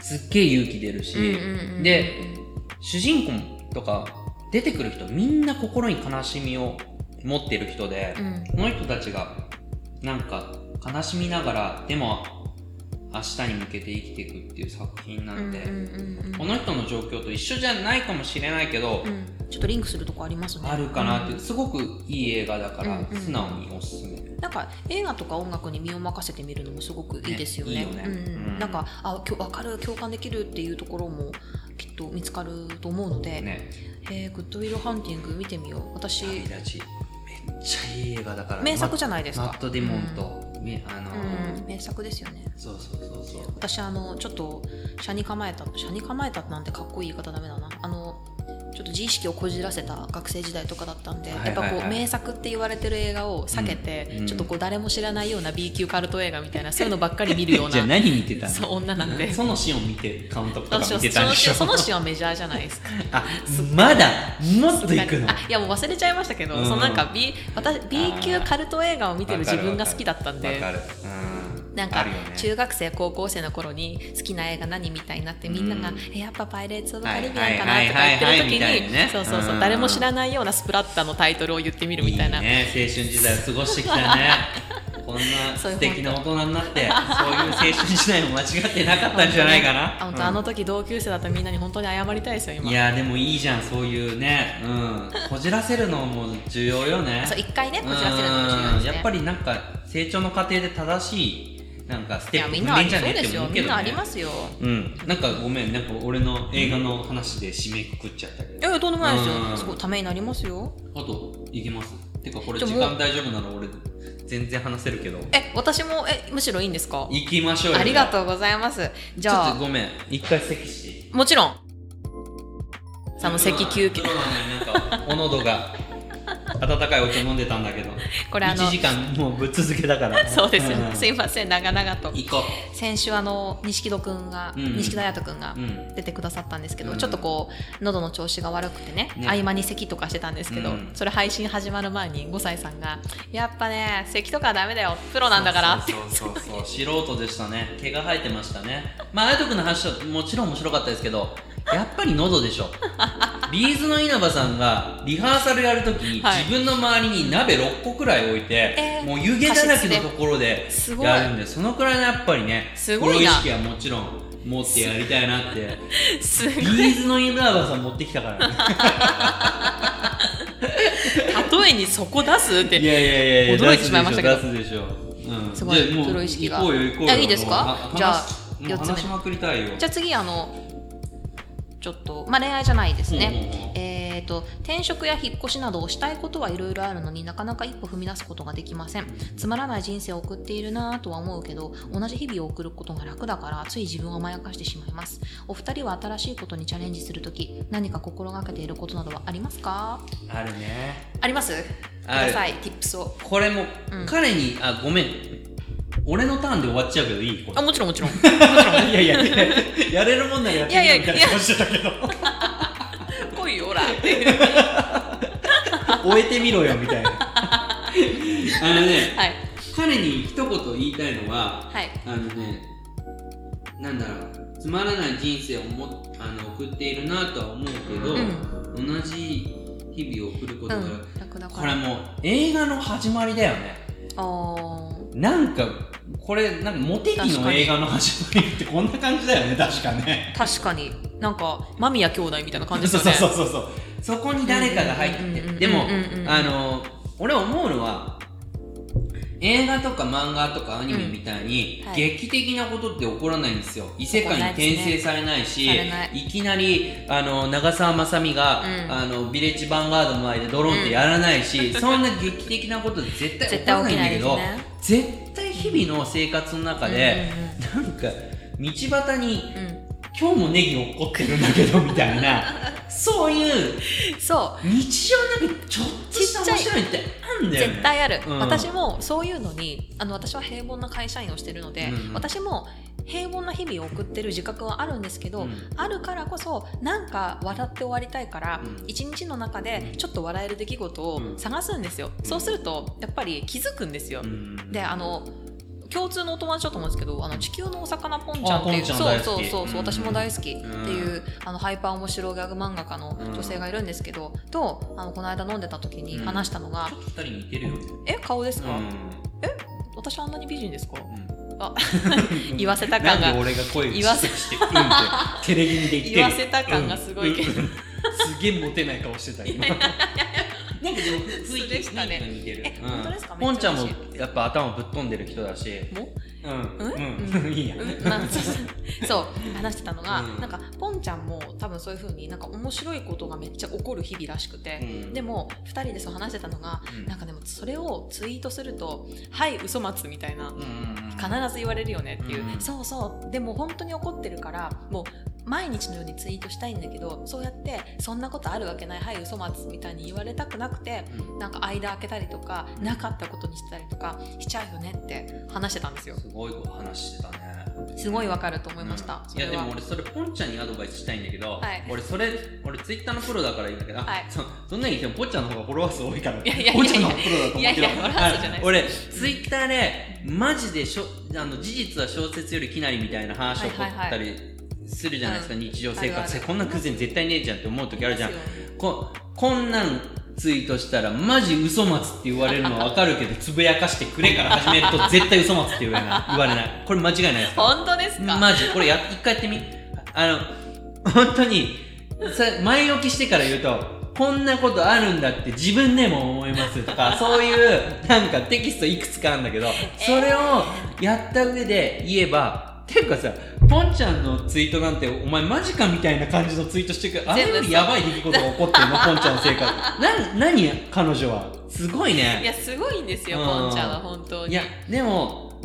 B: すっげえ勇気出るし、
A: うんうんうんうん
B: で主人公とか出てくる人みんな心に悲しみを持ってる人で
A: う、ん
B: この人たちがなんか悲しみながらでも明日に向けて生きていくっていう作品な
A: うん
B: んで、
A: うんうんうん
B: この人の状況と一緒じゃないかもしれないけど、
A: うんちょっとリンクするとこありますね。
B: あるかなって、すごくいい映画だから、
A: うんうん
B: 素直におすすめ。
A: なんか映画とか音楽に身を任せてみるのもすごくいいですよね。
B: ねいいよね
A: うん
B: うん
A: なんかあ今日分かる共感できるっていうところもきっと見つかると思うので、
B: ね
A: えーグッドウィルハンティング見てみよう。私
B: 旅立ちめっちゃいい映画だから
A: 名作じ
B: ゃ
A: ゃないです
B: マ
A: か。
B: マット・デモンと、ねあの
A: うん、
B: ー
A: うん名作ですよね。
B: そうそうそうそう
A: 私あのちょっと車に構えた車に構えたなんてかっこいい言い方ダメだなあのちょっと自意識をこじらせた学生時代とかだったんで、
B: はいはいはい
A: やっぱこう名作って言われてる映画を避けて、
B: うんうん
A: ちょっとこう誰も知らないような B 級カルト映画みたいなそういうのばっかり見るような
B: 何見てた
A: そう女なん で
B: そのシーンを見て監督とか
A: 私は
B: 見
A: そ
B: てたん
A: の
B: でしょ
A: そのシーンはメジャーじゃないですか
B: あまだもっと行くの
A: あいやもう忘れちゃいましたけど、
B: うん
A: そのなんか B, 私 B 級カルト映画を見てる自分が好きだったん
B: わ
A: で
B: かるうん
A: なん
B: あ
A: か
B: るよね
A: 中学生高校生の頃に好きな映画何みたいになってみんなが
B: うん
A: 「えやっぱ「パイレーツ・オブ・カリビアン」かなとか言って
B: はいはいはい
A: る
B: はい
A: 時
B: みたいなね
A: にそうそうそううん誰も知らないようなスプラッターのタイトルを言ってみるみたいない
B: ね青春時代を過ごしてきたねこんな
A: そういう
B: 素敵な大人になって、そういう青春時代も間違ってなかったんじゃないかな。
A: あ本当、あの時同級生だったみんなに本当に謝りたいですよ
B: うん
A: 今
B: いやでもいいじゃん、そういうね。うん。こじらせるのも重要よね。
A: そう一回ねこじらせるのも重要ですね
B: うんやっぱりなんか、成長の過程で正しい、なんかス
A: い
B: テ
A: や
B: ップ
A: みん
B: 踏
A: なあ
B: んで
A: り
B: んじ
A: そ
B: ゃ
A: う
B: ねえっ
A: で
B: て
A: す
B: 思
A: よ
B: う
A: み
B: け
A: ん
B: ど
A: なあ
B: ね
A: りますよ
B: うん。なんかごめん、なんか俺の映画の話で締めくくっちゃったけど。
A: いやいやとんでもないです
B: う
A: よ
B: ん
A: すごいためになりますよ
B: あと、いきます。てか、これ
A: じゃあ
B: 時
A: もう
B: 間大丈夫なら俺、全然話せるけど。
A: え私もえむしろいいんですか
B: 行きましょうよ。
A: ありが
B: う。
A: とうございますじ
B: ちょ
A: ゃ
B: っと
A: あ
B: ごめん。一回席して。
A: もちろんその咳休憩
B: 今日はね、なんか、お喉が、温かいお茶飲んでたんだけど。
A: これあの
B: 1時間もうぶっ続けだか ら。
A: そうですよね、
B: ん
A: すいません長々と
B: 行こ
A: 先週あの錦戸くんが、
B: うん
A: 錦戸隼人くんが
B: う。うん。
A: 出てくださったんですけど、
B: うん
A: ちょっとこう喉の調子が悪くてね
B: ね
A: 合間に咳とかしてたんですけど、
B: うん
A: それ配信始まる前に5歳さんが「やっぱね咳とかはダメだよプロなんだから」って
B: そうそうそうそう素人でしたね毛が生えてましたねまああやとくんの話はもちろん面白かったですけどやっぱり喉でしょビーズの稲葉さんがリハーサルやるときに、
A: はい
B: 自分の周りに鍋6個くらい置いて、
A: えー
B: もう湯気だらけのところです
A: ごい
B: やるんでそのくらいのやっぱりね
A: すごい
B: プロ意
A: な
B: 識はもちろん持ってやりたい なって
A: すごい
B: ビーズの稲葉さん持ってきたからね
A: 例えにそこ出すっ
B: い
A: て
B: やいやいや
A: 驚いてしまいましたけど
B: 出すでしょ出すでしょ、うん、
A: すごい
B: じゃあもう
A: プロ意識が
B: 行こうよ行こうよ
A: あいいですか
B: もう
A: じゃあ
B: 話もう
A: 四つ目
B: 話しまくりたいよ
A: じゃあ次あのちょっとまあ恋愛じゃないですね、
B: うんうんうん
A: えー、と転職や引っ越しなどしたいことはいろいろあるのになかなか一歩踏み出すことができませんつまらない人生を送っているなぁとは思うけど同じ日々を送ることが楽だからつい自分を甘やかしてしまいますお二人は新しいことにチャレンジするとき何か心がけていることなどはありますか
B: あるね
A: ありますく
B: あ
A: だ
B: る
A: さい tips を
B: これも
A: うん
B: 彼に、あごめん俺のターンで終わっちゃうけどいいこ
A: あもちろん もちろん
B: れ いやいややれるもんならやってみようみたい
A: いや
B: ない
A: や
B: 顔し てたけど
A: 来いよほらって
B: 終えてみろよみたいなあのね
A: はい
B: 彼に一言言いたいのは
A: はい
B: あのねなんだろうつまらない人生をもあの送っているなとは思うけど、同じ日々を送るこ
A: う
B: とが、
A: ん楽だ
B: こ
A: か
B: れ
A: ら
B: もう映画の始まりだよね
A: あー
B: なんかこれなんかモテ期の映画の始まりってこんな感じだよね確かね
A: 確かになんか間宮兄弟みたいな感じです
B: そう
A: よ
B: そ
A: ね
B: うそうそうそうそこに誰かが入って
A: うんうんうんうんうんうん
B: てでもあの俺思うのは映画とか漫画とかアニメみたいに、
A: うんはい
B: 劇的なことって起こらないんですよ異世界に転生されないし
A: されない
B: きなりあの長澤まさみが、
A: うん
B: あのビレッジヴァンガードの前でドローンってやらないし、 そんな劇的なこと絶対起
A: 絶
B: こら
A: 対起き
B: ないん
A: ない
B: だけ
A: です
B: ど
A: ね
B: 絶対日々の生活の中で、なんか道端に
A: うんうんうん
B: 今日もネギ落っこってるんだけどみた いなそういう
A: うんそ
B: 日常なんかちょっとした面白いってあるん
A: う
B: だよね
A: 絶対ある、
B: うん
A: 私もそういうのにあの私は平凡な会社員をしてるので、
B: うんうん
A: 私も平凡な日々を送ってる自覚はあるんですけど、あるからこそなんか笑って終わりたいから、
B: うん
A: 一日の中でちょっと笑える出来事を
B: うん
A: 探すんですよ、
B: うん
A: そうするとやっぱり気づくんですよ、
B: うん
A: であの共通のお友達だと思うんですけどあの地球のお魚ポンちゃんっていう
B: あポンちゃん
A: そう
B: 大好
A: そ
B: き
A: うそうそう私も大好きっていう、
B: う
A: あのハイパー面白ギャグ漫画家の女性がいるんですけど、とあのこの間飲んでた時に話したのが
B: ちょっと二人似てるよね
A: 「え顔ですか、
B: う
A: 私あんなに美人ですか?
B: ん
A: あ
B: 言
A: 言わせた感が
B: なんで俺が声を
A: 言わせ
B: 小さくしてうんってテレビにで言ってる
A: 言わせた感がすごいけど
B: うんうんすげえモテない顔してた今なんかでも雰
A: 素でしたね
B: 雰囲気が似てる
A: え
B: うん
A: 本当ですか
B: ポンちゃんも
A: めっちゃ嬉
B: やっぱ頭ぶっ飛んでる人だし
A: も
B: うん
A: うん
B: うんいいや
A: うんまあそうそうそう話してたのが、
B: うん
A: なんかポンちゃんも多分そういう風になんか面白いことがめっちゃ起こる日々らしくて、で
B: も
A: も2人でそう話してたのがなんかでもそれをツイートすると「はい嘘松」みたいな必ず言われるよねっていう、
B: うん
A: そうそうでも本当に怒ってるからもう毎日のようにツイートしたいんだけどそうやって「そんなことあるわけないはい嘘松」みたいに言われたくなくてなんか間開けたりとかなかったことにしてたりとかしちゃうよねって話してたんですよ
B: すごい話してたね
A: すごいわかると思いました、
B: うん
A: そ
B: い
A: れ
B: や
A: は
B: でも俺それポンちゃんにアドバイスしたいんだけど
A: はい
B: 俺それ俺ツイッターのプロだからいいんだけどあ
A: はい
B: そそんなに言ってもポンちゃんの方がフォロワー数多いから
A: いやいやいやいや
B: ポンちゃんの方がプロだと思うけど
A: いやいやフォロワー数じゃないです
B: あ俺ツイッターでマジでしょあの事実は小説よりきなりみたいな話を取ったりするじゃないですか日常生
A: あるあ
B: 活
A: る
B: でこんな偶然絶対ねえじゃんって思う時あるじゃん
A: そうですよ
B: ここんなんツイートしたらマジ嘘松って言われるのはわかるけどつぶやかしてくれから始めると絶対嘘松って言われない言われないこれ間違いないです
C: 本当ですか、
B: マジこれや一回やってみあの本当にさ前置きしてから言うとこんなことあるんだって自分でも思いますと かそういうなんかテキストいくつかあるんだけどそれをやった上で言えばていうかさポンちゃんのツイートなんてお前マジかみたいな感じのツイートしてくるあれよりやばい出来事が起こってるのポンちゃんの生活な何彼女はすごいね
C: いやすごいんですよ
B: うん
C: ポンちゃんは本当
B: い
C: に
B: やでも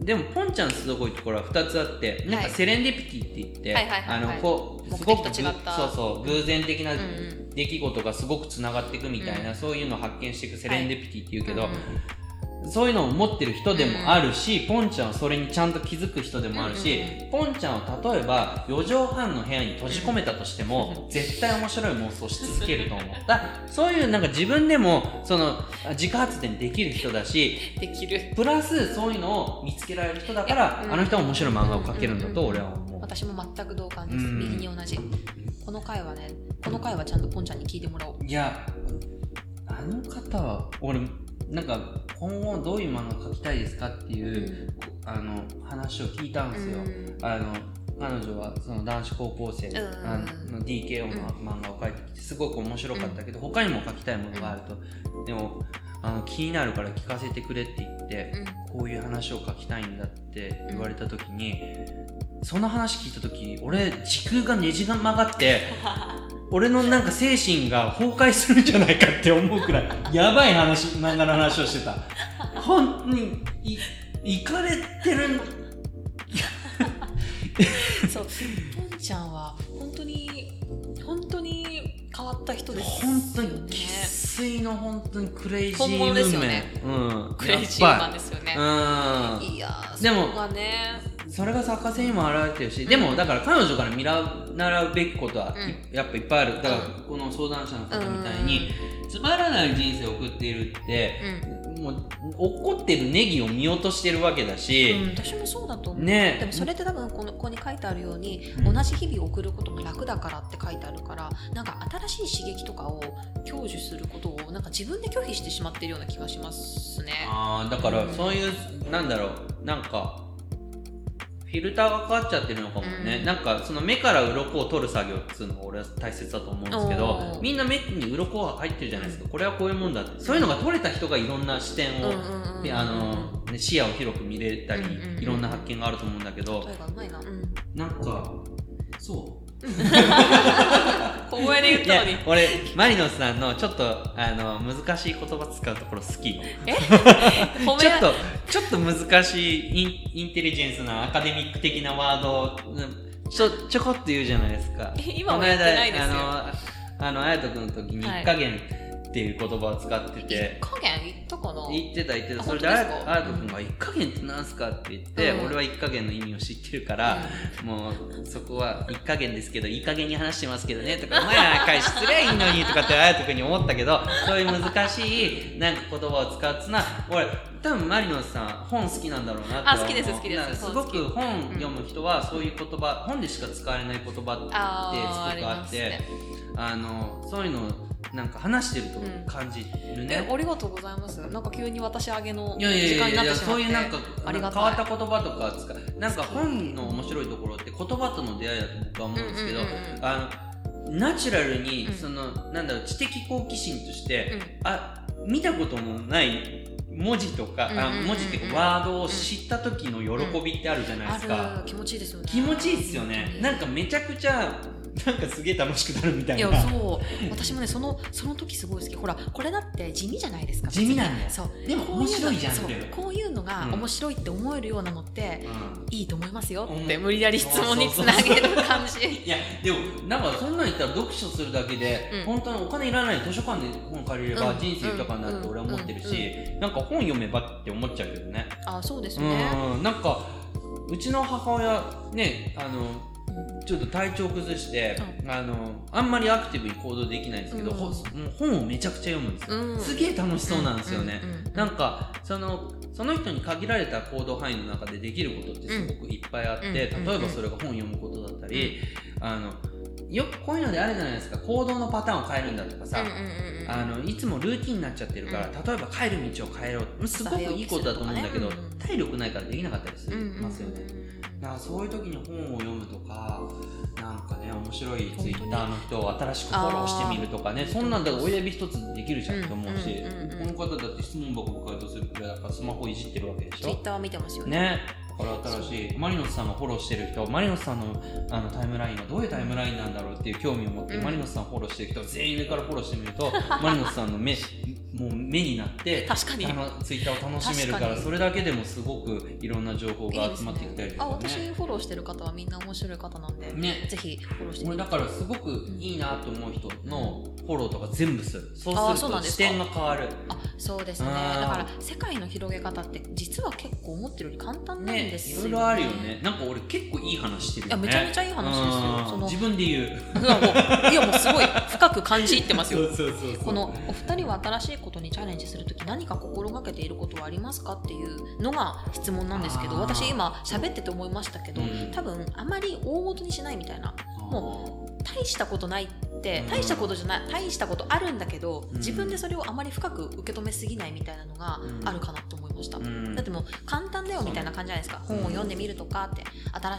B: でもポンちゃんすごいところは2つあってなんか
C: はい
B: セレンディピティって言って、
C: はいはいはいはい
B: あのこう
C: 目
B: すごく
C: 的と違った
B: そうそう偶然的な
C: うんうん
B: 出来事がすごくつながっていくみたいな、そういうのを発見していくセレンディピティって言うけど、
C: うんうん
B: そういうのを持ってる人でもあるし、ポンちゃんはそれにちゃんと気づく人でもあるし、
C: うん
B: ポンちゃんを例えば4畳半の部屋に閉じ込めたとしても、絶対面白い妄想し続けると思う。だそういうなんか自分でもその自家発電できる人だし、
C: できる
B: プラスそういうのを見つけられる人だから、
C: うん
B: あの人は面白い漫画を描けるんだ
C: う
B: と
C: ん
B: 俺は思う、
A: 私も全く同感です、
B: うん
A: 右に同じこの回はねこの回はちゃんとポンちゃんに聞いてもらおう
B: いやあの方は俺なんか今後どういう漫画を描きたいですかっていう、こあの話を聞いたんですよ、
C: うん
B: あの彼女はその男子高校生
C: うん
B: あの DKO の漫画を描いてきてすごく面白かったけど、他にも描きたいものがあるとでもあの気になるから聞かせてくれって言って、
C: うん
B: こういう話を書きたいんだって言われた時に、その話聞いた時俺時空がねじ曲がって俺のなんか精神が崩壊するんじゃないかって思うくら いやばい話漫画の話をしてた本当にいいかれてる
A: そうポンちゃんは本当に本当に変わった人ですよ
B: 本
A: ね
B: 当に生粋の本当にクレイジー
C: 本
B: ムー
C: 物
B: ブ
C: で
B: メン
C: す
B: ト、
C: よね
B: うん、
C: クレイジーマンですよね
B: やっぱりうん
C: いやー
B: でも
C: そこがね
B: それが作家性にも表れてるし、でもだから彼女から見習うべきことは、
C: う
B: やっぱいっぱいあるだから
C: うん
B: この相談者の方みたいに、つまらない人生を送っているって、もう怒ってるネギを見落としてるわけだ
A: うん
B: し、
A: 私もそうだと思う、
B: ね
A: でもそれって多分このここに書いてあるように、
B: うん
A: 同じ日々を送ることも楽だからって書いてあるからなんか新しい刺激とかを享受することをなんか自分で拒否してしまっているような気がしますね。
B: あーだからそういう、なんだろうなんかフィルターがかかっちゃってるのかもね、
A: うん
B: なんかその目から鱗を取る作業っつうのが俺は大切だと思うんですけど
A: おー
B: みんな目に鱗が入ってるじゃないですかこれはこういうもんだってそういうのが取れた人がいろんな視点を、であのね視野を広く見れたり、
A: うんうんうん
B: いろんな発見があると思うんだけど
A: 例えばうまいな、うん、
B: なんかそう
C: 小声で言ったのに
B: いや俺マリノスさんのちょっとあの難しい言葉使うところ好きよ
C: 褒
B: ち
C: め
B: ょっとちょっと難しいインインテリジェンスなアカデミック的なワードをうんちょちょこっと言うじゃないですか
C: 今はやってないですよ
B: この間あのあの綾人君の時に「
C: はい
B: 一加減」っていう言葉を使ってて、
A: 一加減言ったかな
B: 言ってた言ってた
A: あ
B: それであ
A: 本当
B: や
A: ですか
B: あやと君が「一加減ってなんすか?」って言って、
A: うん
B: 俺は一加減の意味を知ってるから、もうそこは一加減ですけどいい加減に話してますけどねとか「お前ら返しすりゃいいのに」とかってあやと君に思ったけどそういう難しいなんか言葉を使うっつうのは俺多分マリノスさん本好きなんだろうなって
C: あ好きです好きです
B: なんかす
C: 本
B: ご
C: 好き
B: く本読む人はそういう言葉、本でしか使われない言葉って
C: あー
B: すごくあって
C: ありま
B: あのそういうのをなんか話してると
C: ん
B: 感じるね。
C: えありがとうございますなんか急に私あげの時
B: いやいやい
C: 間
B: や
C: に
B: い
C: な
B: や
C: ってしま
B: そ
C: っ
B: う
C: て
B: いうなんか
C: ありがたい
B: 変わった言葉とか使うなんか本の面白いところって言葉との出会いだと僕は思うんですけど、
C: うんうんうんうん
B: あのナチュラルに
C: うん
B: その、なんだろう知的好奇心として、
C: うん
B: あ見たことのない文字とか、
C: うんうんうんう
B: あ
C: ん
B: 文字っていうかワードを知った時の喜びってあるじゃないで
A: あ
B: すか、
A: る気持ちいいですよね
B: 気持ちいいですよねなんかめちゃくちゃなんかすげえ楽しくなるみたい
A: い
B: な
A: やそう私もねそのその時すごい好きほらこれだって地味じゃないですか
B: 地味なんだよ
A: そう
B: でも面白いじゃん
A: こういうの
B: って
A: そうこういうのが
B: うん
A: 面白いって思えるようなのって、
B: うん
A: いいと思いますよ
B: 思う
A: って無理やり質問につなげる感じ
B: いやでもなんかそんなん言ったら読書するだけで、
C: うん
B: 本当にお金いらない図書館で本借りれば
C: うん
B: 人生豊かになるって俺は思ってるし、
C: うん
B: なんか本読めばって思っちゃうけどね
A: あそうです
B: う
A: ね、
B: んなんかうちの母親ねあの
A: うん
B: ちょっと体調崩して、あのあんまりアクティブに行動できないんですけど、
A: うん
B: ほもう本をめちゃくちゃ読むんですよ、
A: うん
B: すげえ楽しそうなんですよね、
A: うんうんうん
B: なんかそのその人に限られた行動範囲の中でできることってすごくいっぱいあって、
A: うん
B: 例えばそれが本読むことだったり、あのよくこういうのであるじゃないですか行動のパターンを変えるんだとかさ、
A: うんうんうん
B: あのいつもルーティンになっちゃってるから、
A: う
B: 例えば帰る道を変えろうすごくいいことだと思うんだけど、
A: 早起きするとかねうん
B: 体力ないからできなかったりす
A: う
B: る
A: んうん
B: ますよね、だからそういう時に本を読むとかなんかね面白いツイッターの人を新しくフォローしてみるとかねそんなんだから親指一つできるじゃんって思うし、
A: うんうんうんうん
B: この方だって質問箱を回答するくらいだからスマホいじってるわけでし
A: ツイッ
B: ょ
A: ターは見てますよね
B: ねこれ新しいマリノスさんのフォローしてる人マリノスさんのあのタイムラインはどういうタイムラインなんだろうっていう興味を持って、
A: うん
B: マリノスさんフォローしてる人全員上からフォローしてみ るとマリノスさんの目もう目になって
C: 確かに
B: あのツイッターを楽しめるから
A: 確かに
B: それだけでもすごくいろんな情報が集まってきたりと
A: あ
B: かね
A: 私フォローしてる方はみんな面白い方なんで、
B: ね
A: ぜひフォローして
B: 俺
A: みて
B: だからすごくいいなと思う人のフォローとか全部するそ
A: あー
B: うす
A: そう
B: る
A: なん
B: と
A: です
B: 視
A: か
B: 点が変わる
A: あそうですねだ
B: あー
A: から世界の広げ方って実は結構思ってるより簡単なん
B: ね
A: です
B: い
A: よ、
B: ろいろあるよねなんか俺結構いい話してる
A: い
B: よ
A: や
B: ね
A: めちゃめちゃいい話ですよそ
B: うん
A: の
B: 自分で言う
A: いやもういやもうすごい深く感じ入ってますよ
B: そうそうそう
A: このお二人は新しいことにチャレンジするとき何か心がけていることはありますかっていうのが質問なんですけど
B: あー
A: 私今喋ってて思いましたけど、
B: うん
A: 多分あまり大ごとにしないみたいなも大したことないって
B: うん
A: 大したことじゃない大したことあるんだけど
B: うん
A: 自分でそれをあまり深く受け止めすぎないみたいなのが
B: うん
A: あるかなと思いました。
B: うん
A: だってもう簡単だよみたいな感じじゃないですか
B: う
A: 本を読んでみるとかって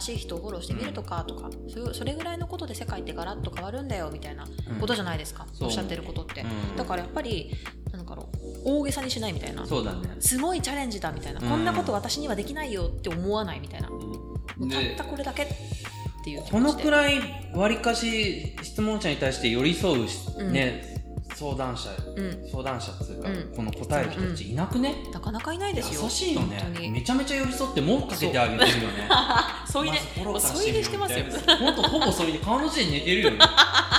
A: 新しい人をフォローしてみるとかとかそういうそれぐらいのことで世界ってガラッと変わるんだよみたいなことじゃないですか、
B: そう
A: おっしゃってることって、
B: うん
A: だからやっぱりなんだろう大げさにしないみたいな
B: そうだね
A: すごいチャレンジだみたいな、
B: うん
A: こんなこと私にはできないよって思わないみたいなもうたっ
B: で
A: たこれだけっていう気持ちで
B: このくらいわりかし質問者に対して寄り添うし
A: うん
B: ね相談者
A: うん、
B: 相談者っていうか
A: うん
B: この答える人たちいなくね
A: なかなかいないですよ
B: 優しいよ
A: 本当
B: ね
A: に
B: めちゃめちゃ寄り添ってもんかけてあげてるよね
C: 添いで、もう添いでしてますよ。
B: ほんとほぼ添いで顔の字で寝てるよね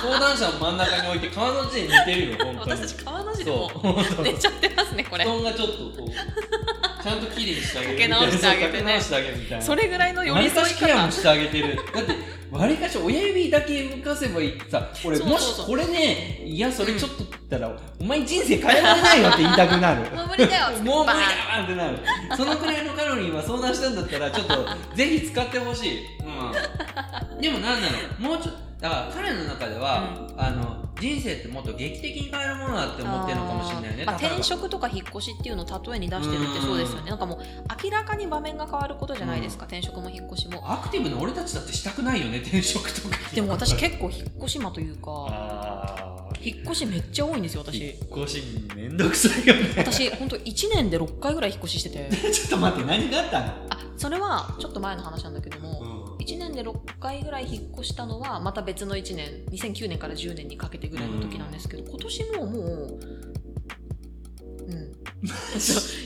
B: 相談者を真ん中に置いて顔の字で寝てるよ本当
C: 私
B: に
C: たち川の字で
B: そう
C: も
B: ほん と
C: う寝ちゃってますねこ
B: 布
C: れ
B: 団がちょっとこうちゃんと綺麗にしてあげる
C: かけ直してあげてね
B: そうかけ直してあげるみたいな
C: それぐらいの寄
B: わ
C: り
B: りか
C: 添い
B: しケア
C: 方
B: もしてあげてるだってわりかし親指だけ動かせばいいってさ俺
C: そうそうそう
B: もしこれねいやそれちょっとって言ったら、お前人生変えられないよって言いたくなる
A: もう無理だよつって
B: もう無
A: バーン
B: 理だーってなる そのくらいのカロリーは相談したんだったらちょっ とぜひ使ってほしい、うん、でもなんだろうもうちょっとだから彼の中では、あの人生ってもっと劇的に変えるものだって思ってるのかもしれないね
A: まあ、
B: 例えば
A: 転職とか引っ越しっていうのを例えに出してるってそうですよ
B: うん
A: ねなんかもう明らかに場面が変わることじゃないですか、転職も引っ越しも
B: アクティブな俺たちだってしたくないよね転職とか
A: でも私結構引っ越し魔というか
B: あー
A: 引っ越しめっちゃ多いんですよ私
B: 引っ越しめんどくさいよね
A: 私本当1年で6回ぐらい引っ越ししてて
B: ちょっと待って何があったの
A: あそれはちょっと前の話なんだけども
B: うん
A: 1年で6回ぐらい引っ越したのはまた別の1年2009年から10年にかけてぐらいの時なんですけど今年ももううん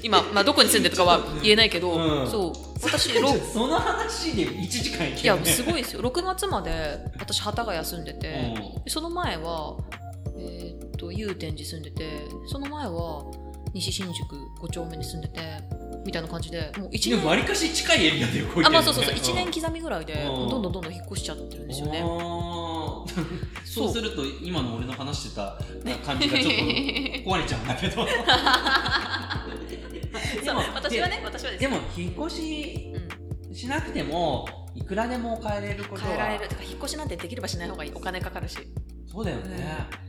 A: 今、まあ、どこに住んでるとかは言えないけど、
B: うん
A: そう私
B: ちょ
A: ろ
B: っとその話で1時間い
A: い
B: ける
A: や
B: ね
A: すごいですよ6月まで私旗が休んでて、
B: うん
A: でその前は、えーっと、祐天寺住んでて、その前は、西新宿5丁目に住んでて、みたいな感じで、もう一
B: でも
A: 年、
B: 割かし近いエリアで動いてる、ね、
A: あ、まあそうそうそう、1年刻みぐらいで、
B: うん
A: どんどんどんどん引っ越しちゃってるんですよね。
B: あー
A: そ
B: そううすると今の俺の話してた感じが ちょっと壊れちゃうんだけどで
A: そう
B: も
A: 私はね、私はで。
B: ですでも引っ越し
A: うん
B: しなくてもいくらでも変えれることは
A: 変えられる。てか、引っ越しなんてできればしない方がいい。お金かかるし。
B: そうだよね、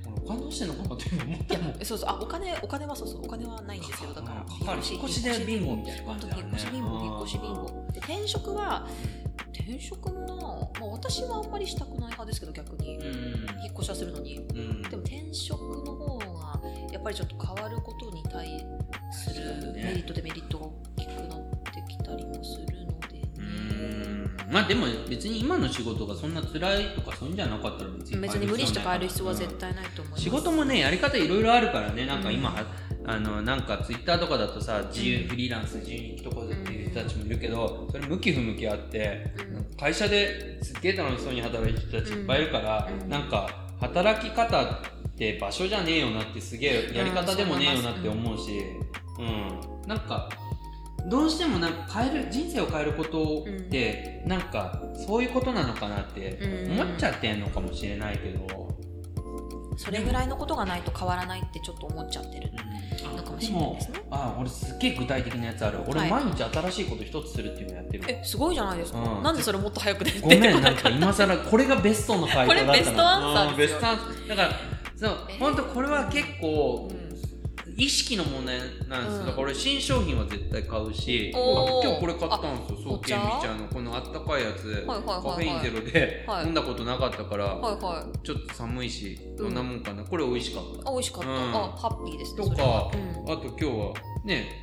B: 俺お金どうしてんのかなって思っ
A: い
B: た
A: や
B: もん、
A: そうそう、あ、お金、お金はそうそう、お金はないんですよ。だから、
B: かかる引っ越しでビンゴみたいな
A: 本
B: 感
A: 当に
B: じだ
A: 引
B: よね
A: っ越しビンゴ引っ越しビンゴで転職は転職もな、まあ、私はあんまりしたくない派ですけど逆に引っ越しはするのに
B: うんうん
A: でも転職の方がやっぱりちょっと変わることに対するメリットデメリットが大きくなってきたりもするので、
B: うーんまあでも別に今の仕事がそんな辛いとかそういうんじゃなかったら別に
A: 別に無理して変える必要は
B: 対
A: 絶対ないと思います
B: 仕事もねやり方いろいろあるからねなんか今、あのなんかツイッターとかだとさ自由、
A: うん
B: フリーランス自由に生きとこうぜっていう人たちもいるけどそれ向き不向きあって、
A: うん
B: 会社ですっげえ楽しそうに働いてる人たちいっぱいいるから、
A: うん
B: なんか働き方って場所じゃねえよなってすげえやり方でもねえよなって思うし、うんなんかどうしてもなんか変える人生を変えることって、なんかそういうことなのかなって思っちゃってんのかもしれないけど、
A: それぐらいのことがないと変わらないってちょっと思っちゃってる
B: うん
A: の
B: あ
A: かも
B: で
A: しれない
B: も
A: ですね
B: あ俺すっげえ具体的なやつある
A: は
B: 俺
A: い
B: 毎日新しいこと一つするっていうのやってる、
A: えすごいじゃないですか、
B: うん
A: なんでそれもっと早く出て
B: ご
A: こ
B: めん
A: なか
B: な
A: っ
B: ん
A: た
B: か今更これがベストの回答だ ったの
A: これベストアンサー
B: うん
A: で
B: ベ
A: すよ
B: ストアンサーだからそう
A: えー
B: 本当これは結構
A: うん
B: 意識の問題なんですよ、
A: うん
B: だから俺新商品は絶対買うしあ
A: おー
B: 今日これ買ったんですよそう
A: お
B: ケ
A: 茶
B: ンミちゃんのこのあったかいやつ、
A: はいはいはいはい
B: カフェインゼロで、
A: はい
B: 飲んだことなかったから、
A: はいはい
B: ちょっと寒いし
A: うん
B: どんなもんかな、これ美味しかった
A: あ美味しかった、
B: うん
A: あハッピーですね
B: と
A: それは
B: か、あと今日はね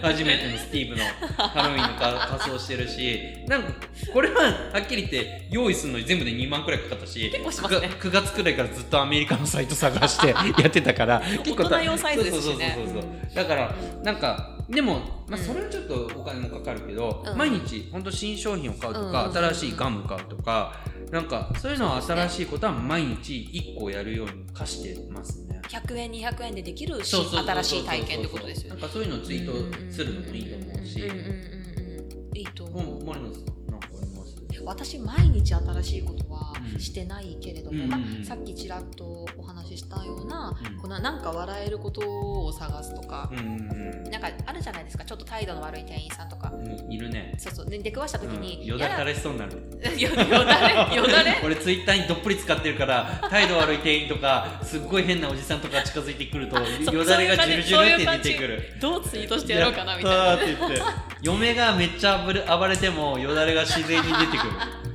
B: 初めてのスティーブのハロウィンのか仮装してるしなんかこれははっきり言って用意するのに全部で2万くらいかかったし
A: 結構しますね
B: 9, 月くらいからずっとアメリカのサイト探 してやってたから結構た
A: 大人用サイズですしね
B: そうそうそうそうそうだからなんかでも、
A: う
B: まあ、
A: ん
B: それはちょっとお金もかかるけど、
A: うん
B: 毎日本当新商品を買うとか、
A: うん
B: 新しいガム買うとかなんかそういうのは新しいことは毎日1個やるように課してますね。
A: 100円200円でできる新新しい体験ってことですよ
B: なん
A: ね
B: かそういうのツイートするのもいいと思うし
A: んんうんうんうんいいと
B: も
A: 思う
B: う森野さんなんかあります
A: 私毎日新しいことは
B: うん
A: してないけれど
B: うん
A: も、
B: うん
A: まあ、さっきちらっとお話ししたような、
B: うん
A: このなんか笑えることを探すとか、
B: うんうん
A: なんかあるじゃないですかちょっと態度の悪い店員さんとか
B: うんいるね
A: そうそうで出くわした時に、
B: うんよだたれしそうになる
A: やだ よ だれよだれ
B: 俺ツイッターにどっぷり使ってるから態度悪い店員とかすっごい変なおじさんとか近づいてくると
A: そう
B: よだれが
A: そう
B: ジュ
A: い
B: ル
A: う感じ
B: ジュルって出てくる
A: どうツイートしてやろうかなみたいな
B: やったーって言って嫁がめっちゃ暴れ暴れてもよだれが自然に出てくる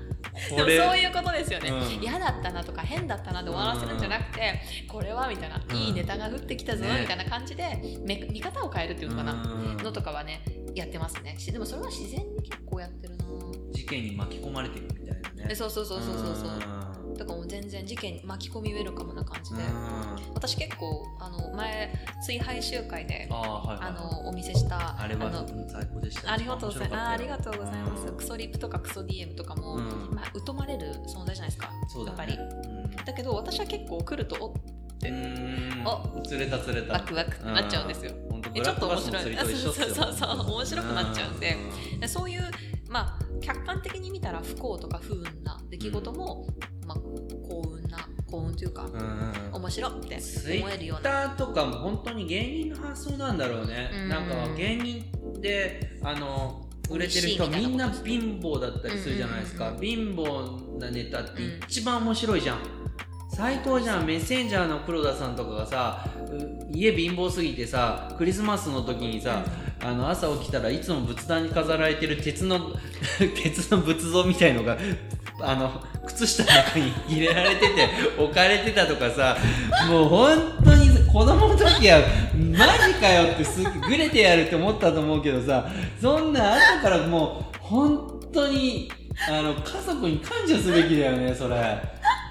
A: で
B: こ
A: も
B: れ
A: そういうことですよね
B: うん
A: 嫌、だったなとか変だったなで終わらせるんじゃなくて、これはみたいな、
B: うん
A: いいネタが降ってきたぞ、
B: ね
A: みたいな感じでめ見方を変えるっていうのかな、
B: うん
A: のとかはねやってますねしでもそれは自然に結構やってるな
B: 事件に巻き込まれてるみたいな
A: え
B: ね
A: そうそうそうそうそうそう
B: うん
A: だからもう全然事件に巻き込みウェルカムな感じで、
B: あ
A: 私結構あの前追廃集会で
B: あーはいはい
A: あのお見せした
B: あれは
A: の
B: うん最高でした
A: ありがとうございます。あありがとうございます。ク
B: す
A: ソリップとかクソ DM とかも、
B: うん
A: まあ、疎まれる存在じゃないですか。
B: そうだ
A: やっぱ
B: ね
A: り。だけど、私は結構来ると、お
B: うーん
A: お
B: 釣れた釣れた
A: ワクワクってなっちゃうんですよ。
B: 本当
A: えちょっと面白い
B: ブラックバスの釣りと一緒っすよ
A: そうそうそうそう面白くなっちゃうんで
B: う
A: でそういう、まあ、客観的に見たら不幸とか不運な出来事も、まあ、幸運な、幸運というか、
B: ん
A: 面白って
B: ツイ
A: 思えるよ
B: ッ
A: う
B: タ
A: な。
B: ーとかも本当に芸人の発想なんだろうね
A: うん
B: なんか芸人であの売れてる人
A: 美味しい
B: み
A: み
B: ん
A: たいな
B: な
A: ことですね
B: 貧乏だったりするじゃないですか
A: うん
B: 貧乏なネタって一番面白いじゃん斎藤じゃんメッセンジャーの黒田さんとかがさう家貧乏すぎてさクリスマスの時にさあの朝起きたらいつも仏壇に飾られてる鉄の 鉄の仏像みたいのがあの靴下の中に入れられてて 置かれてたとかさもう本当に子供の時はマジかよってすぐれてやるって思ったと思うけどさそんな後からもう本当にあの家族に感謝すべきだよねそれ。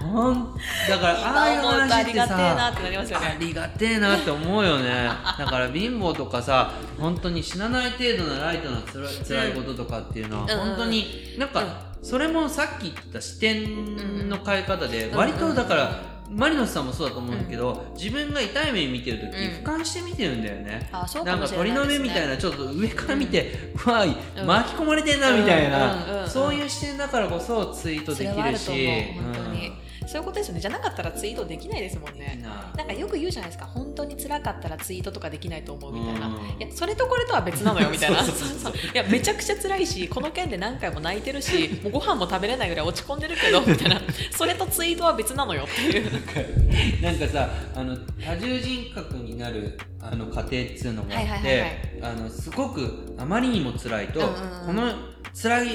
B: ほんだからああいう
A: 今思うとあ
B: 話っ
A: り
B: て
A: がてえ
B: さ
A: なってなりますよ
B: あ
A: ね。
B: りがてえなって思うよねだから貧乏とかさ本当に死なない程度のライトなつら辛いこととかっていうのは
A: うん
B: 本当になんかそれもさっき言った視点の変え方で
A: うん
B: 割とだからマリノスさんもそうだと思うんだけど自分が痛い目見てる時
A: うん
B: 俯瞰して見てるんだよね
A: あそう
B: な
A: か
B: ん
A: も
B: か
A: しれない
B: 鳥
A: です、ね。
B: の目みたいなちょっと上から見てうわい
A: うん
B: 巻き込まれてんなみたい
A: うんうんうん
B: な
A: うん
B: そういう視点だからこそツイートで
A: そ
B: き
A: れはあ
B: る
A: る
B: し
A: と思う本当に
B: うん
A: そういうことですよね。じゃなかったらツイートできないですもん
B: いい
A: ね。
B: な
A: なんかよく言うじゃないですか。本当に辛かったらツイートとかできないと思うみたいな。
B: うん
A: いやそれとこれとは別なのよみたいな
B: そうそうそうそう
A: いやめちゃくちゃ辛いしこの件で何回も泣いてるしもうご飯も食べれないぐらい落ち込んでるけどみたい なそれとツイートは別なのよっていう
B: なんかさあの多重人格になるあの家庭っていうのがあ
A: はい
B: っ
A: はいはいは
B: てあのすごくあまりにも辛いと、
A: うんうんうん
B: この辛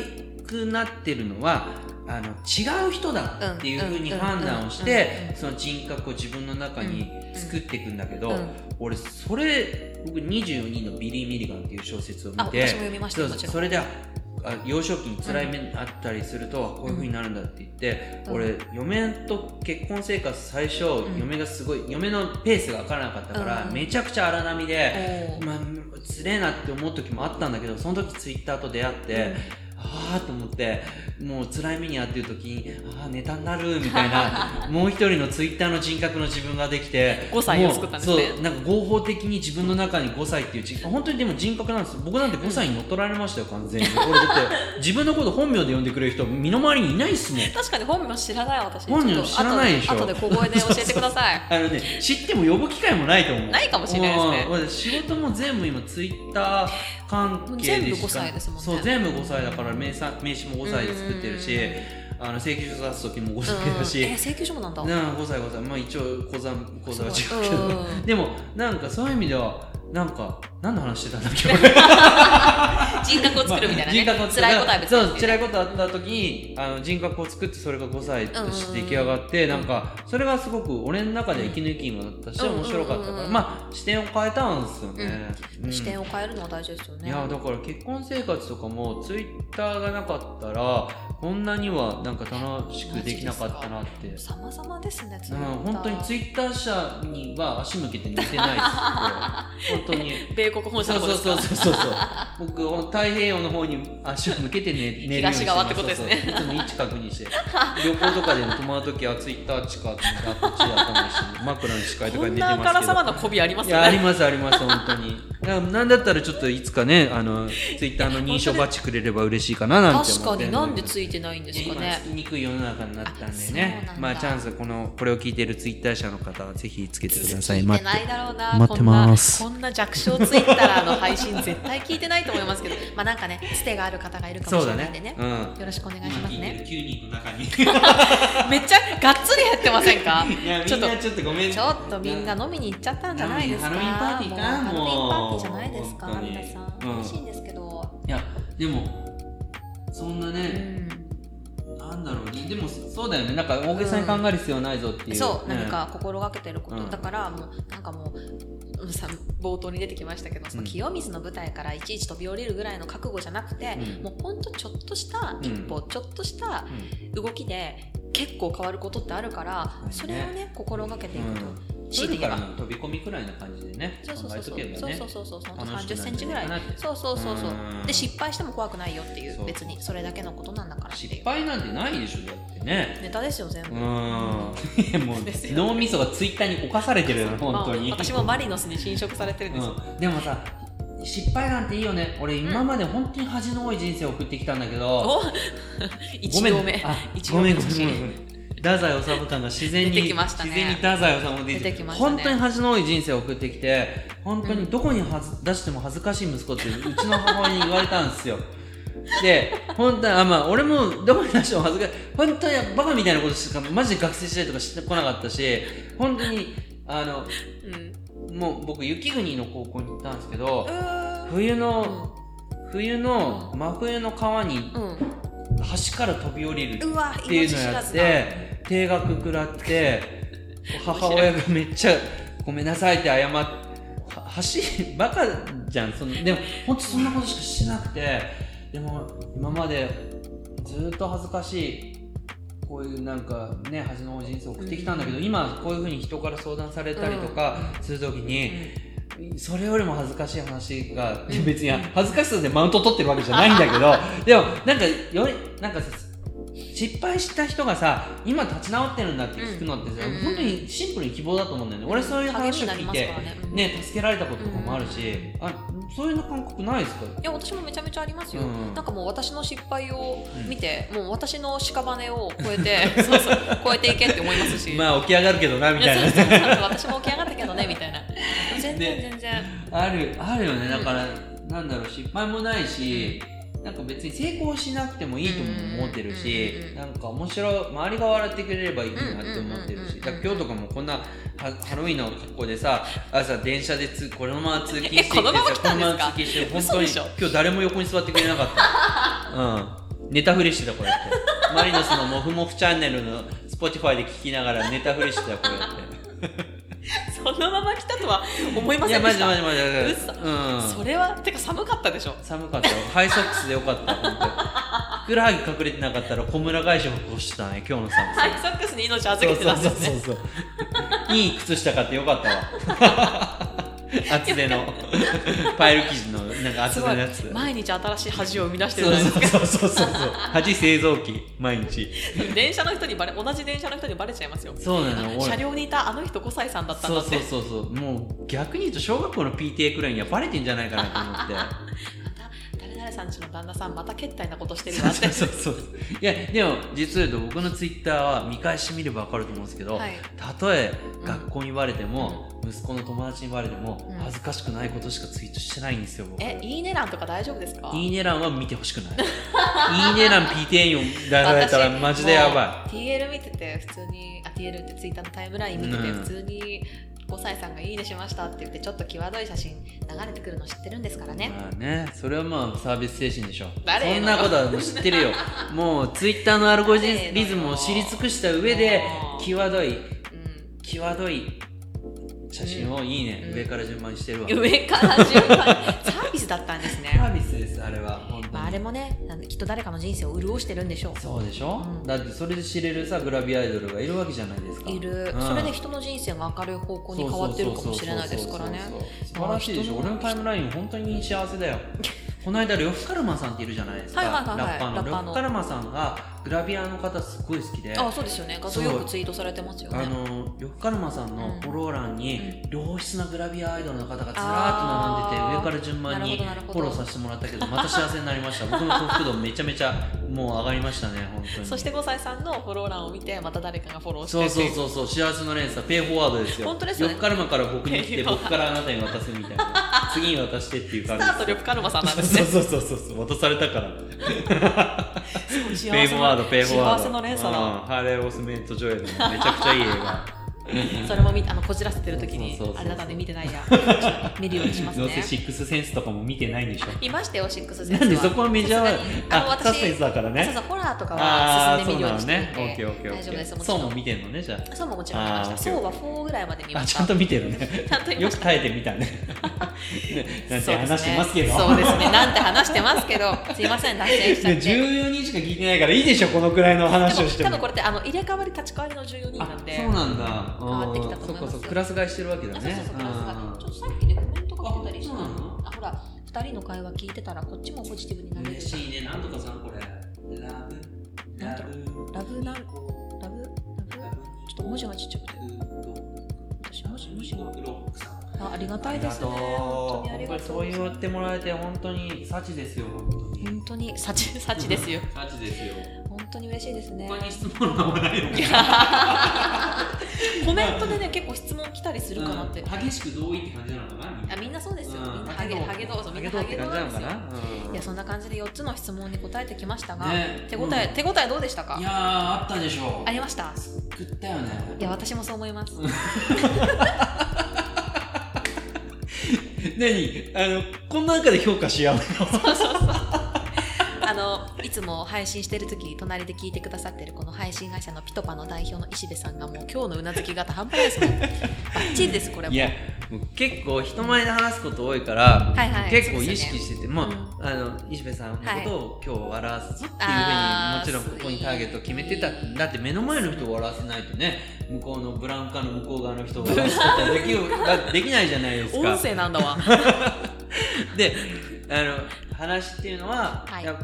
B: くなってるのはあの違う人だっていうふうに判断をし
A: うんうんうんうん
B: て
A: うん
B: その人格を自分の中に作っていくんだけど、
A: うんうん
B: 俺それ僕24人のビリー・ミリガンっていう小説を見
A: あ
B: て
A: 私も読みました
B: そう
A: よ
B: そ
A: も
B: う
A: ちろん
B: それであ幼少期に辛い目にあったりすると、こういう風になるんだって言って、
A: うん
B: 俺嫁と結婚生活最初、
A: ん
B: 嫁がすごい嫁のペースが分からなかったから、
A: うん
B: めちゃくちゃ荒波で、
A: おー
B: まあつれえなって思う時もあったんだけどその時ツイッターと出会って、あああと思ってもう辛い目に遭ってる時にああネタになるみた いなもう一人のツイッターの人格の自分ができて
C: 5歳を作ったんですね
B: もうそうなんか合法的に自分の中に5歳っていう人本当にでも人格なんですよ僕なんて5歳に乗っ取られましたよ完全に俺だって自分のこと本名で呼んでくれる人身の回りにいないっすもん
A: 確かに本名知らない私
B: 本名知らないでし
A: ち
B: ょ
A: っと後後で小声で教えてください
B: あのね、知っても呼ぶ機会もないと思う。
A: ないかもしれないですね
B: うん俺仕事も全部今ツイッター関係で
A: 全部
B: し
A: 5
B: か
A: 歳ですもんね
B: そう、全部5歳だから名産名刺も5歳で作ってるし、あの請求書出す時も5歳だし、
A: うんえー請求書もなんだ
B: なんか5歳5歳、まあ一応口座口座は違うけど、
A: うん
B: でもなんかそういう意味ではなんか何の話してたんだ っけ
A: 人格を作るみたいなね、
B: まあ人格を作る
A: 辛いことは別に
B: そう辛いことあった時にあの人格を作ってそれが5歳として出来上がって、
A: うんうん
B: なんかそれがすごく俺の中で息抜きにもなったし、
A: うん
B: 面白かったから、
A: うんうんうん
B: まあ視点を変えたんですよね、うん
A: 視点を変えるのは大事ですよね
B: いやだから結婚生活とかもツイッターがなかったらこんなにはなんか楽しくできなかったなって
A: 様々ですね
B: うん、本当にツイ
A: い
B: ッター社には足向けて寝てないです けど本当に
C: 米国本社
B: そ
C: の
B: う
C: 方で
B: そう
C: すか
B: そうそうそうそう僕太平洋の方に足を向けて寝寝るようにしてます
C: 東側ってことですね
B: そうそういつも位置確認して旅行とかでも泊まる時はツイッター地下ってあっちだと思うし枕の視界とか
C: こ
B: に
C: ん
B: 寝て
C: な
B: ますけ
C: あ
B: ど
C: からさまな媚びあります
B: い
C: よ
B: やあり
C: ね
B: ますあります本当にだからなんだったらちょっといつかねあのツイッターの認証バッジくれれば嬉しいかななんて
A: 確
B: 思
A: か
B: って
A: になんでついてないんですか
B: 今
A: ね
B: つきにくい世の中になったんで
A: あそう
B: ね
A: なんだ
B: まあチャンスこのこれを聞いてるツイッター社の方はぜひつけてください
A: 聞い
B: 待
A: て
B: って
A: ないだろうな
B: 待ってます
A: こんなこんな弱小ツイッターの配信絶対聞いてないと思いますけど まあなんかねつてがある方がいるかもしれないんでね
B: うん
A: よろしくお願いしますね
B: 9人の中に
A: めっちゃがっつり減ってませんか
B: いやみ
A: ちょっ
B: ん
A: と
B: なちょっとごめん
A: ちょっとみんな飲みに行っちゃったんじゃないですか
B: ハロウィンパーティーか
A: もう
B: もう
A: ハロウィンパーティーじゃないです
B: 本
A: か
B: 当に
A: 皆さん
B: うん
A: 嬉しいんですけど
B: いやでもそんな
A: う
B: ね、
A: ん
B: なんだろうねでもそうだよねなんか大げさに考える必要はないぞっていう、
A: そう、
B: ね
A: 何か心がけてること、
B: うん
A: だからもうなんかもううんさ冒頭に出てきましたけどその
B: うん
A: 清水の舞台からいちいち飛び降りるぐらいの覚悟じゃなくて、
B: うん
A: もうほんとちょっとした一歩、ちょっとした
B: うん
A: 動きで結構変わることってあるから、
B: うん
A: それをね心がけていくと、
B: うん
A: 強いて言
B: ルか
A: えば
B: らの飛び込みくらいな感じでね
A: そうそうそ
B: 考え
A: うそ
B: と
A: う、
B: けばね
A: そうそうそうそうほんと
B: 楽しく
A: 30
B: な
A: セ
B: る
A: ン
B: ん
A: チ
B: じゃ
A: ぐ
B: な
A: ら
B: い
A: い
B: かなって
A: そうそうそうそう
B: うん
A: で失敗しても怖くないよってい
B: そうう
A: 別にそれだけのことなんだからってい
B: 失
A: う
B: 敗なんてないでしょだってね
A: ネタですよ全部
B: うーん いやもう
C: ですよね
B: 脳みそがツイッターに侵されてるよね本当に、
A: まあ私もマリノスに侵食されてるんですよ、
B: うん、でもさ失敗なんていいよね俺今まで本当に恥の多い人生を送ってきたんだけど、
A: お一
B: ごめん
A: 度目
B: あ
A: 一
B: ごめん
A: 行
B: ご
A: 目
B: めんごめんごめん太宰治感が自然に
A: 出てきましたね
B: 自然に太宰治も出
A: 出
B: て
A: てきましたね
B: 本当に恥の多い人生を送ってきて本当にどこにはず出しても恥ずかしい息子ってうちの母親に言われたんですよで本当にあまあ俺もどこに出しても恥ずかしい本当にバカみたいなことしかマジで学生時代とかしてこなかったし本当にあの
A: うん
B: もう僕雪国の高校に行ったんですけど冬の冬の真冬の川
A: う
B: に
A: ん、
B: 橋から飛び降りる
A: うわ
B: っていう
A: 命
B: の
A: 知
B: や
A: ら
B: っ
A: ずだ
B: て定額食らって母親がめっちゃ「ごめんなさい」って謝っては橋バカじゃんそのでも本当そんなことしかしてなくてでも今までずっと恥ずかしいこういうなんかね恥の多い人生を送ってきたんだけど、今こういうふうに人から相談されたりとかするときに、それよりも恥ずかしい話が別に恥ずかしさでマウント取ってるわけじゃないんだ けどでもなんかよりなんかさ失敗した人がさ今立ち直ってるんだって聞くのってさ、
A: うん
B: 本当にシンプルに希望だと思うんだよね、俺そういう話を
A: 励み
B: 聞
A: に
B: い
A: な
B: て
A: りますからねうん
B: ね助けられたこととかもあるし、
A: う
B: あそういうの感覚ないですか
A: いや私もめちゃめちゃありますよ、
B: うん
A: なんかもう私の失敗を見て、もう私の屍を超えて そうそう超えていけって思いますし、
B: まあ起き上がるけどなみたいな
A: やそうそうそう私も起き上がったけどねみたいな全然
B: ね
A: 全然、
B: あるあるよねだから、なんだろう失敗もないし、なんか別に成功しなくてもいいとも思ってるし、
A: うんうんうんうん
B: なんか面白い周りが笑ってくれればいいなって思ってるし、
A: うんうんうんうん
B: だから今日とかもこんなはハロウィンの格好でさ朝電車でつこのまま通勤してきてさ
A: えこのまま来たんですか
B: このまま通勤して本当
A: 嘘
B: に
A: でしょ
B: 今日誰も横に座ってくれな かった、うん、ネタフレしてたこうやってマリノスのモフモフチャンネルの Spotify で聞きながらネタフレしてたこうやって。
C: そのまま来たとは思いま
B: い
C: せ
B: や
C: んで
B: マ
C: し
B: ジ
C: た
B: マジマジマジ、うん、
C: それはてか寒かったでしょ
B: 寒かったよハイソックスでよかった本当ふくらはぎ隠れてなかったら小村返しも起こしてたね今日の寒
C: ハイ
B: さ
C: ソックスに命預
B: そう
C: け
B: そ
C: てた
B: う
C: んです
B: そ
C: よ
B: う
C: ね
B: そうい い靴下買ってよかったわ厚手のパイル生地のなんか
A: す
B: 厚手
A: ごい
B: のやつ
A: 毎日新しい恥を生み出してる
B: そ
A: じ
B: う
A: ゃないですか
B: そうそうそうそう恥製造機毎日
A: 電車の人にバレ同じ電車の人にバレちゃいますよ
B: そうなの
A: 車
B: 俺
A: 両にいたあの人5歳さんだったん
B: そ
A: だ
B: う
A: って
B: そうそうそうもう逆に言うと小学校の PTA くらいにはバレてんじゃないかなと思って
A: 誰々さんちの旦那さんまた欠体なことしてるわって
B: そうそうそういやでも実を言うと僕のツイッターは見返してみれば分かると思うんですけど、
A: はい
B: たとえ学校にバレても、息子の友達にバレても、
A: うん
B: 恥ずかしくないことしかツイートしてないんですよ僕
A: えいいね欄とか大丈夫ですか
B: いいね欄は見てほしくないいいね欄 PTA を出されたらマジでやば
A: い TL 見てて普通にあ TL ってツイッターのタイムライン見てて
B: うん
A: 普通に5歳さんが「いいねしました」って言ってちょっと際どい写真流れてくるの知ってるんですから
B: い
A: ね
B: まあね、それはまあサービス精神でしょ
A: 誰よ
B: そんなことはもう知って るよもうツイッターのアルゴリズムを知り尽くした上で際どい
A: うん
B: 際どい写真をいいね、
A: うん
B: 上から順番にしてるわ、サ
A: 上から順番にサービスだったんですね
B: ービスですあれは本当に
A: まああれもねあのきっと誰かの人生を潤してるんでしょ
B: そうでしょ、
A: うん
B: だってそれで知れるさグラビアアイドルがいるわけじゃないですか
A: ういる
B: うん
A: それで人の人生が明るい方向に変わってるかもしれないですからね
B: そうそうそうそう素晴らしいでしょ
A: まあ人の
B: 俺のタイムライン本当に幸せ だよこの間呂布カルマさんっているじゃないですか
A: はいはいはいはい
B: ラッパーの
A: ラッパーの
B: 呂布カルマさんがグラビアの方すごい好きで
A: あそうですよね画像よくツイートされてますよ
B: あ
A: ね
B: の呂布カルマさんのフォロー欄に良質なグラビアアイドルの方がずらーっと並んでて
A: あー
B: 上から順番に
A: なるほどなる
B: フ
A: ほど
B: ォローさせてもらったけどまた幸せになりました僕の幸福度めちゃめちゃもう上がりましたね本当に
A: そして5歳さんのフォロー欄を見てまた誰かがフォローして
B: そうそう
A: う
B: そうそう幸せの連鎖ペイフォワードですよ
A: 本当ですよね
B: 呂布カルマから僕に来
A: ペ
B: て
A: イフォワード
B: 僕からあなたに渡すみたいな次に渡してっていう
A: ス
B: 感
A: タ
B: じ
A: ート緑カルマさんなんですね
B: そうそうそうそう渡されたから
A: 幸せの
B: ペイフォワードペイフォワー
A: 幸
B: ド
A: せの連鎖だ
B: うんハーレー・オスメント・ジョエルのめちゃくちゃいい映画
A: それも見あのこじらせてる時に
B: そうそうそうそう
A: あれだったんで見てないや見るようにします
B: どうせ
A: ね
B: シックスセンスとかも見てないんでしょ
A: 見ましたよシックスセンス
B: な
A: は
B: んでそこはメジャーは
A: さすがにあの
B: あサスペン
A: 私
B: スだから
A: そう
B: ね
A: そうホラーとか
B: あ
A: は
B: あ
A: 進んで
B: そ
A: 見る
B: う
A: よう
B: なの
A: にして
B: ね
A: い
B: オッケ
A: て
B: ーオッケーオッケー
A: 大丈夫ですもち
B: そう
A: ろ
B: も
A: ん
B: 見てんのねじゃ
A: そうももちろん見まし
B: あー
A: たそうは4ぐらいまで見
B: ああ
A: まし
B: ち
A: た
B: ゃんと見てるね
A: ちゃんと見
B: よ
A: ま
B: く
A: した
B: 耐えてみたねなんて話してますけど
A: そうですねそうですねなんて話してますけどすいません脱線しちゃっ
B: で
A: て
B: 14人しか聞いてないからいいでしょこのくらいの話をして
A: でも
B: も
A: 多分これってあの入れ替わり立ち替わりの14人なんで
B: そうなんだ変
A: わってきたと思いますよ
B: そっかそっかクラス替えしてるわけだ
A: あ
B: ね
A: そうそうそうクラスが
B: あー
A: ちょっとさっきねコメントが来てたりして
B: あそうなの
A: あほら2人の会話聞いてたらこっちもポジティブになれる
B: 嬉しいねなんとかさんこれラブ
A: なんだろ
B: ブ
A: ラブなんラ
B: ブ
A: ブラブちょっと文字がちっちゃくて私文字文字が
B: ロックさん
A: あありが
B: あ
A: た
B: り
A: いで
B: が
A: す
B: と
A: ね
B: う
A: 本当にありがとう
B: そう言ってもらえて本当に幸ですよ本当に
A: 本当に幸幸ですよ
B: 幸ですよ
A: 本当に嬉しいですね
B: 他に質問はないの
A: いやコメントでね結構質問来たりするかなって、
B: 激しく同意って感じなのかな
A: あみんなそうですよ、みんなハゲハゲどうぞみんな
B: どう
A: ハ
B: って
A: ゲど
B: 感
A: う
B: じ
A: です
B: なのか
A: よ
B: な、うん
A: いやそんな感じで4つの質問に答えてきましたが、
B: ね
A: 手応え、
B: うん
A: 手応えどうでしたか
B: いやーあったでしょ
A: ありました
B: 食ったよね
A: いや私もそう思い ます
B: 何あのこの中で評価し合う
A: あのいつも配信してる時隣で聞いてくださってるこの配信会社のピトパの代表の石部さんがもう今日のうなずき方半端ないです ねバッチリですこれも
B: いやもう結構人前で話すこと多いから、
A: はいはい
B: 結構
A: そうで
B: 意
A: すよ
B: 識
A: ね
B: してて、まああの石部さんのことを今日笑わすぞっていうふうに、
A: あー
B: もちろんここにターゲットを決めてただって目の前の人を笑わせないとね向こうのブラウンカの向こう側の人 を笑わせたらできるだできないじゃないです
A: 音
B: か。
A: 声なんだわ
B: であの話っていうのは、
A: はい
B: や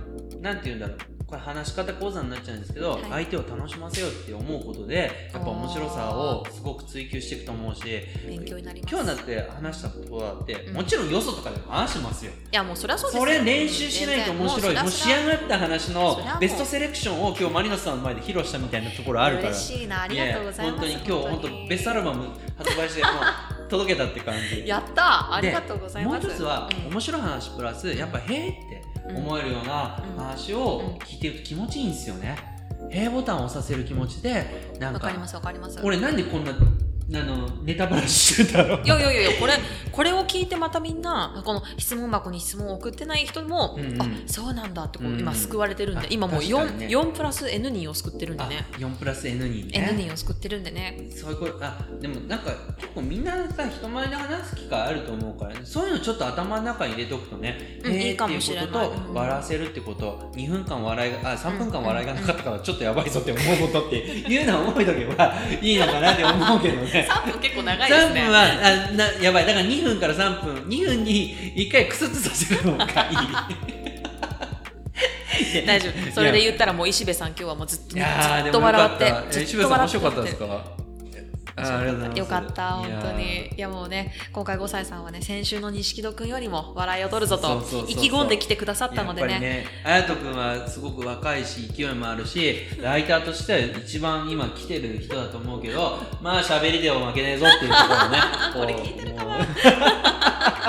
B: なんて言うんだろうこれ話し方講座になっちゃうんですけど、
A: はい
B: 相手を楽しませようって思うことでやっぱ面白さをすごく追求していくと思うし
A: 勉強になります
B: 今日だって話したことだって、
A: うん
B: もちろんよそとかでも話しますよ
A: いやもうそりゃそう
B: そ
A: ですよ
B: れ練習しないと面白い
A: 全然
B: もう
A: そ
B: 仕
A: りゃ
B: 上がった話
A: そりゃ
B: の
A: もう
B: ベストセレクションを今日マリノスさんの前で披露したみたいなところあるから
A: 嬉しいなありがとうございます
B: やや本当に今日本当ベストアルバム発売してもう届けたって感 じ
A: やったありがとうござい
B: もう
A: ます
B: 一つは、
A: うん
B: 面白い話プラスやっぱ「へえ」って思えるような
A: うん
B: 話を聞いてると気持ちいいんですよね。へえボタンを押させる気持ちでなん
A: わ
B: か
A: かりますわかります
B: 俺なんでこんなあのネタバラシしてたろう
A: いやいやいやいやこれこれを聞いてまたみんなこの質問箱に質問を送ってない人も、
B: うんうん
A: あそうなんだってこう
B: うんうん
A: 今救われてるん
B: あ
A: で今もう
B: 確かにね
A: 4, 4プラス N 人を救ってるんで
B: あ
A: ね
B: 4プラス N に
A: N
B: ね
A: 人を救ってるんでね
B: そういうことあでもなんか結構みんなさ人前で話す機会あると思うから、ね、そういうのちょっと頭の中に入れとくとね、
A: うん
B: へー
A: いいかもしれない
B: っていうこと
A: う
B: と
A: ん
B: 笑わせるってこと2分間笑いがあ3分間 笑いがなかったからちょっとやばいぞって思うことっていうのは思いとけばいいのかなって思うけどねね
A: 3分結構長いです
B: 3分
A: ね。
B: はあなやばいだから2分から3分2分に1回クスッとさせるのがい い
A: 大丈夫。それで言ったらもう石部さん今日はもうずっと
B: い
A: ず
B: やー
A: っ
B: で
A: と
B: もよか
A: 笑
B: っ
A: って
B: た。
A: ず
B: え
A: っ
B: 渋
A: と
B: 谷さ
A: 笑って
B: ん面白かったですかあありがとうございます
A: よかった、本
B: いやー
A: 当に。いやもうね、今回5歳さんはね、先週の錦戸くんよりも笑いを取るぞ
B: そう
A: と
B: そうそうそう
A: 意気込んできてくださったので
B: やっ
A: ね。。
B: ぱりね、あやとくんはすごく若いし、勢いもあるし、ライターとしては一番今来てる人だと思うけど、まあ喋りでは負けねえぞっていうところ ね
A: これ聞いてるかな
B: こう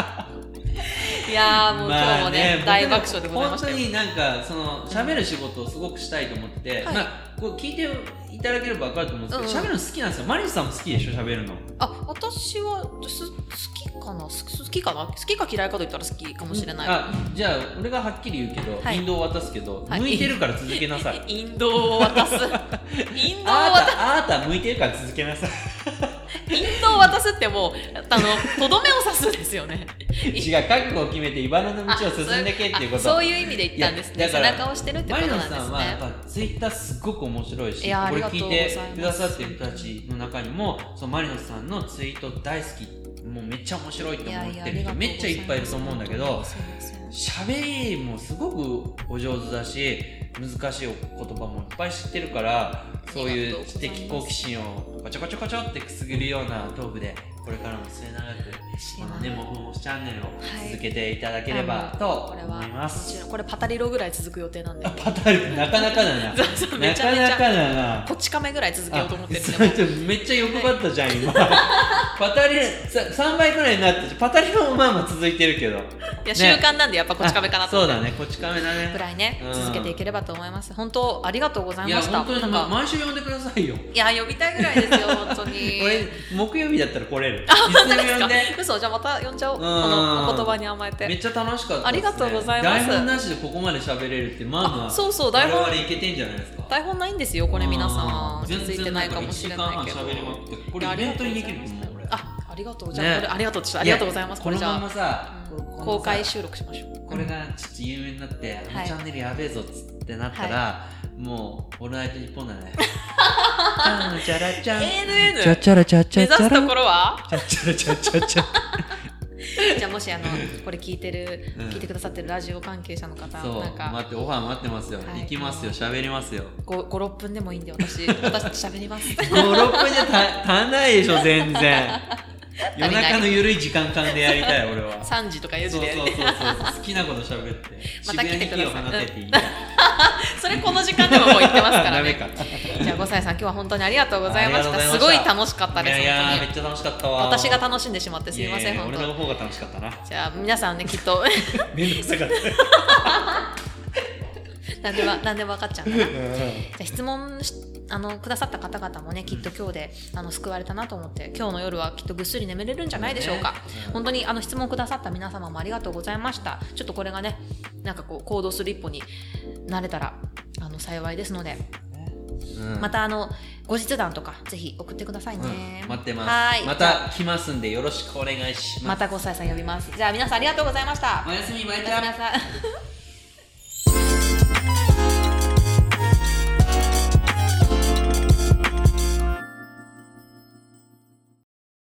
A: いやーもう今日もね、大爆笑でございましたよ。
B: 本当になんかその喋る仕事をすごくしたいと思ってて、
A: はい
B: まあこう聞いていただければ分かると思うんですけど、
A: うん
B: 喋るの好きなんですよマリスさんも好きでしょ喋るの
A: あ、私はす好きかなす好きかな好きか嫌いかと言ったら好きかもしれない。
B: あじゃあ俺がはっきり言うけど、
A: はい
B: 引導を渡すけど、
A: はい
B: 向いてるから続けなさ い
A: インドを渡 す。インドを
B: あ
A: 渡
B: なたあなた向いてるから続けなさい
A: す。インドを渡すってもう、あの、とどめを刺すんですよ ね。
B: 違う覚悟を決めて茨の道を進んでけっていうこ
A: あ
B: と
A: そういう意味で言ったんです
B: い
A: ね。
B: やだ
A: 背
B: から
A: 中をしてるってこ
B: マ
A: と
B: リ
A: な
B: ノ
A: ん
B: さ
A: です
B: んはやっ
A: ね。
B: ぱツイッターすごく面白いし
A: いやー
B: これ
A: ありが
B: 聞
A: と
B: いう
A: ござい
B: て
A: ます
B: くださってる人たちの中にもそのマリノさんのツイート大好きもうめっちゃ面白いと思ってる人めっちゃいっぱいいると思うんだけど
A: そうですよね
B: 喋りもすごくお上手だし難しいお言葉もいっぱい知ってるからそういう知的好奇心をこちょこちょこちょってくすぐるようなトークでこれからも末永くこのねもふもふチャンネルを続けていただければと
A: これは
B: 思いま
A: も
B: す
A: ち。ろんこれパタリロぐらい続く予定なん で
B: あパターンなかなかだ な
A: そうそうめ
B: な
A: ちゃ
B: か
A: めちゃ
B: なかだな
A: こっち亀ぐらい続けようと思ってるんで
B: あそうめっちゃ欲張ったじゃ ん今パタリさ3倍くらいになってパタリもまあまあ続いてるけど
A: いや習慣なんでやっぱこっち亀かなと
B: そ
A: 思
B: う
A: って
B: だねこち亀だ
A: ぐ
B: ね
A: らいね
B: うん
A: 続けていければと思います本当ありがとうござ
B: い
A: い
B: や
A: ました
B: 本当に
A: なんか
B: 毎週呼んでくださいよ
A: いや呼びたいぐらいです よ本当に
B: 俺木曜日だったら来れるい
A: あ本当で
B: つ
A: す
B: も呼
A: か
B: んで
A: 嘘じゃあまた呼んじゃおう
B: う
A: こ
B: ん
A: のお言葉に甘え
B: め
A: て
B: っちゃ楽しかったです、ね、
A: ありがとうございます
B: 台本なしでここまで喋れるってまあまあ
A: あそうそう台本
B: 我々いけてんじゃないですか
A: 台本ないんですよこれ皆さん
B: う
A: 気づいてないかもしれないけど
B: 全然なんか一時間半喋りまくってこ
A: いや
B: れ
A: あ
B: イ
A: りがとうござい
B: ベントにできる
A: ま
B: も
A: す
B: ん俺
A: あありがとうじゃあ
B: ね
A: これありがとうちょっとありがとうございますこ
B: こ
A: れ
B: の
A: じゃ
B: ま
A: あ
B: まさ、
A: う
B: こ
A: ん
B: のさ
A: 公開収録しましょう
B: これがちょっと有名になって、あの
A: はい
B: チャンネルやべえぞっつってなったら、もう「オールナイトニッポン」だねチャンチャラチャン
A: ANN
B: チャチャラチャチ
A: 目
B: ャ
A: 指
B: チャ
A: す
B: ラ
A: ところは
B: チャチャラチャチャチャ
A: じゃあもしあのこれ聞いてる、
B: うん
A: 聞いてくださってるラジオ関係者の方
B: そう
A: なん
B: 待
A: か
B: ってオファー待ってますよ、
A: はい
B: 行きますよ喋りますよ
A: 56分でもいいんで 私私喋ります
B: 56分じゃた足んないでしょ全然
A: 足りな
B: 夜
A: い
B: 中のゆるい時間間でやりたい俺は
A: 3時とか4
B: そ
A: 時
B: うそう
A: で
B: そうそう好きなこと喋って
A: また
B: 渋谷
A: 来
B: に
A: てください
B: 火を放てって言いたい
A: それこの時間でももう言ってますから
B: ダメ
A: ね
B: か
A: じゃあ5歳さん今日は本当にありがとうございまし
B: あ
A: た
B: りがと
A: す
B: うご
A: ご
B: ざ
A: い
B: いました
A: 楽しかったです
B: いやいやめ
A: 本
B: っちゃ楽しかった
A: 当
B: わ
A: に私が楽しんでしまってすみません
B: や
A: 本
B: や俺の
A: 当
B: 方が楽しかったな
A: じゃあ皆さんねきっと
B: めんどくさかった
A: 何でも何でも分かっちゃうからじゃあ質問しあのくださった方々もねきっと今日であの救われたなと思って今日の夜はきっとぐっすり眠れるんじゃないでしょうか、本当にあの質問くださった皆様もありがとうございましたちょっとこれがねなんかこう行動する一歩になれたらあの幸いですのでまたあの後日談とかぜひ送ってくださいね、
B: 待って
A: は
B: ま
A: ー
B: す
A: い
B: ま
A: じゃ
B: た来ますんでよろしくお願いし
A: あま
B: ま
A: すた5歳さん呼びますじゃあ皆さんありがとうございました
B: おやすみバイ
A: お
B: チ
A: や
B: ャ
A: すみなさい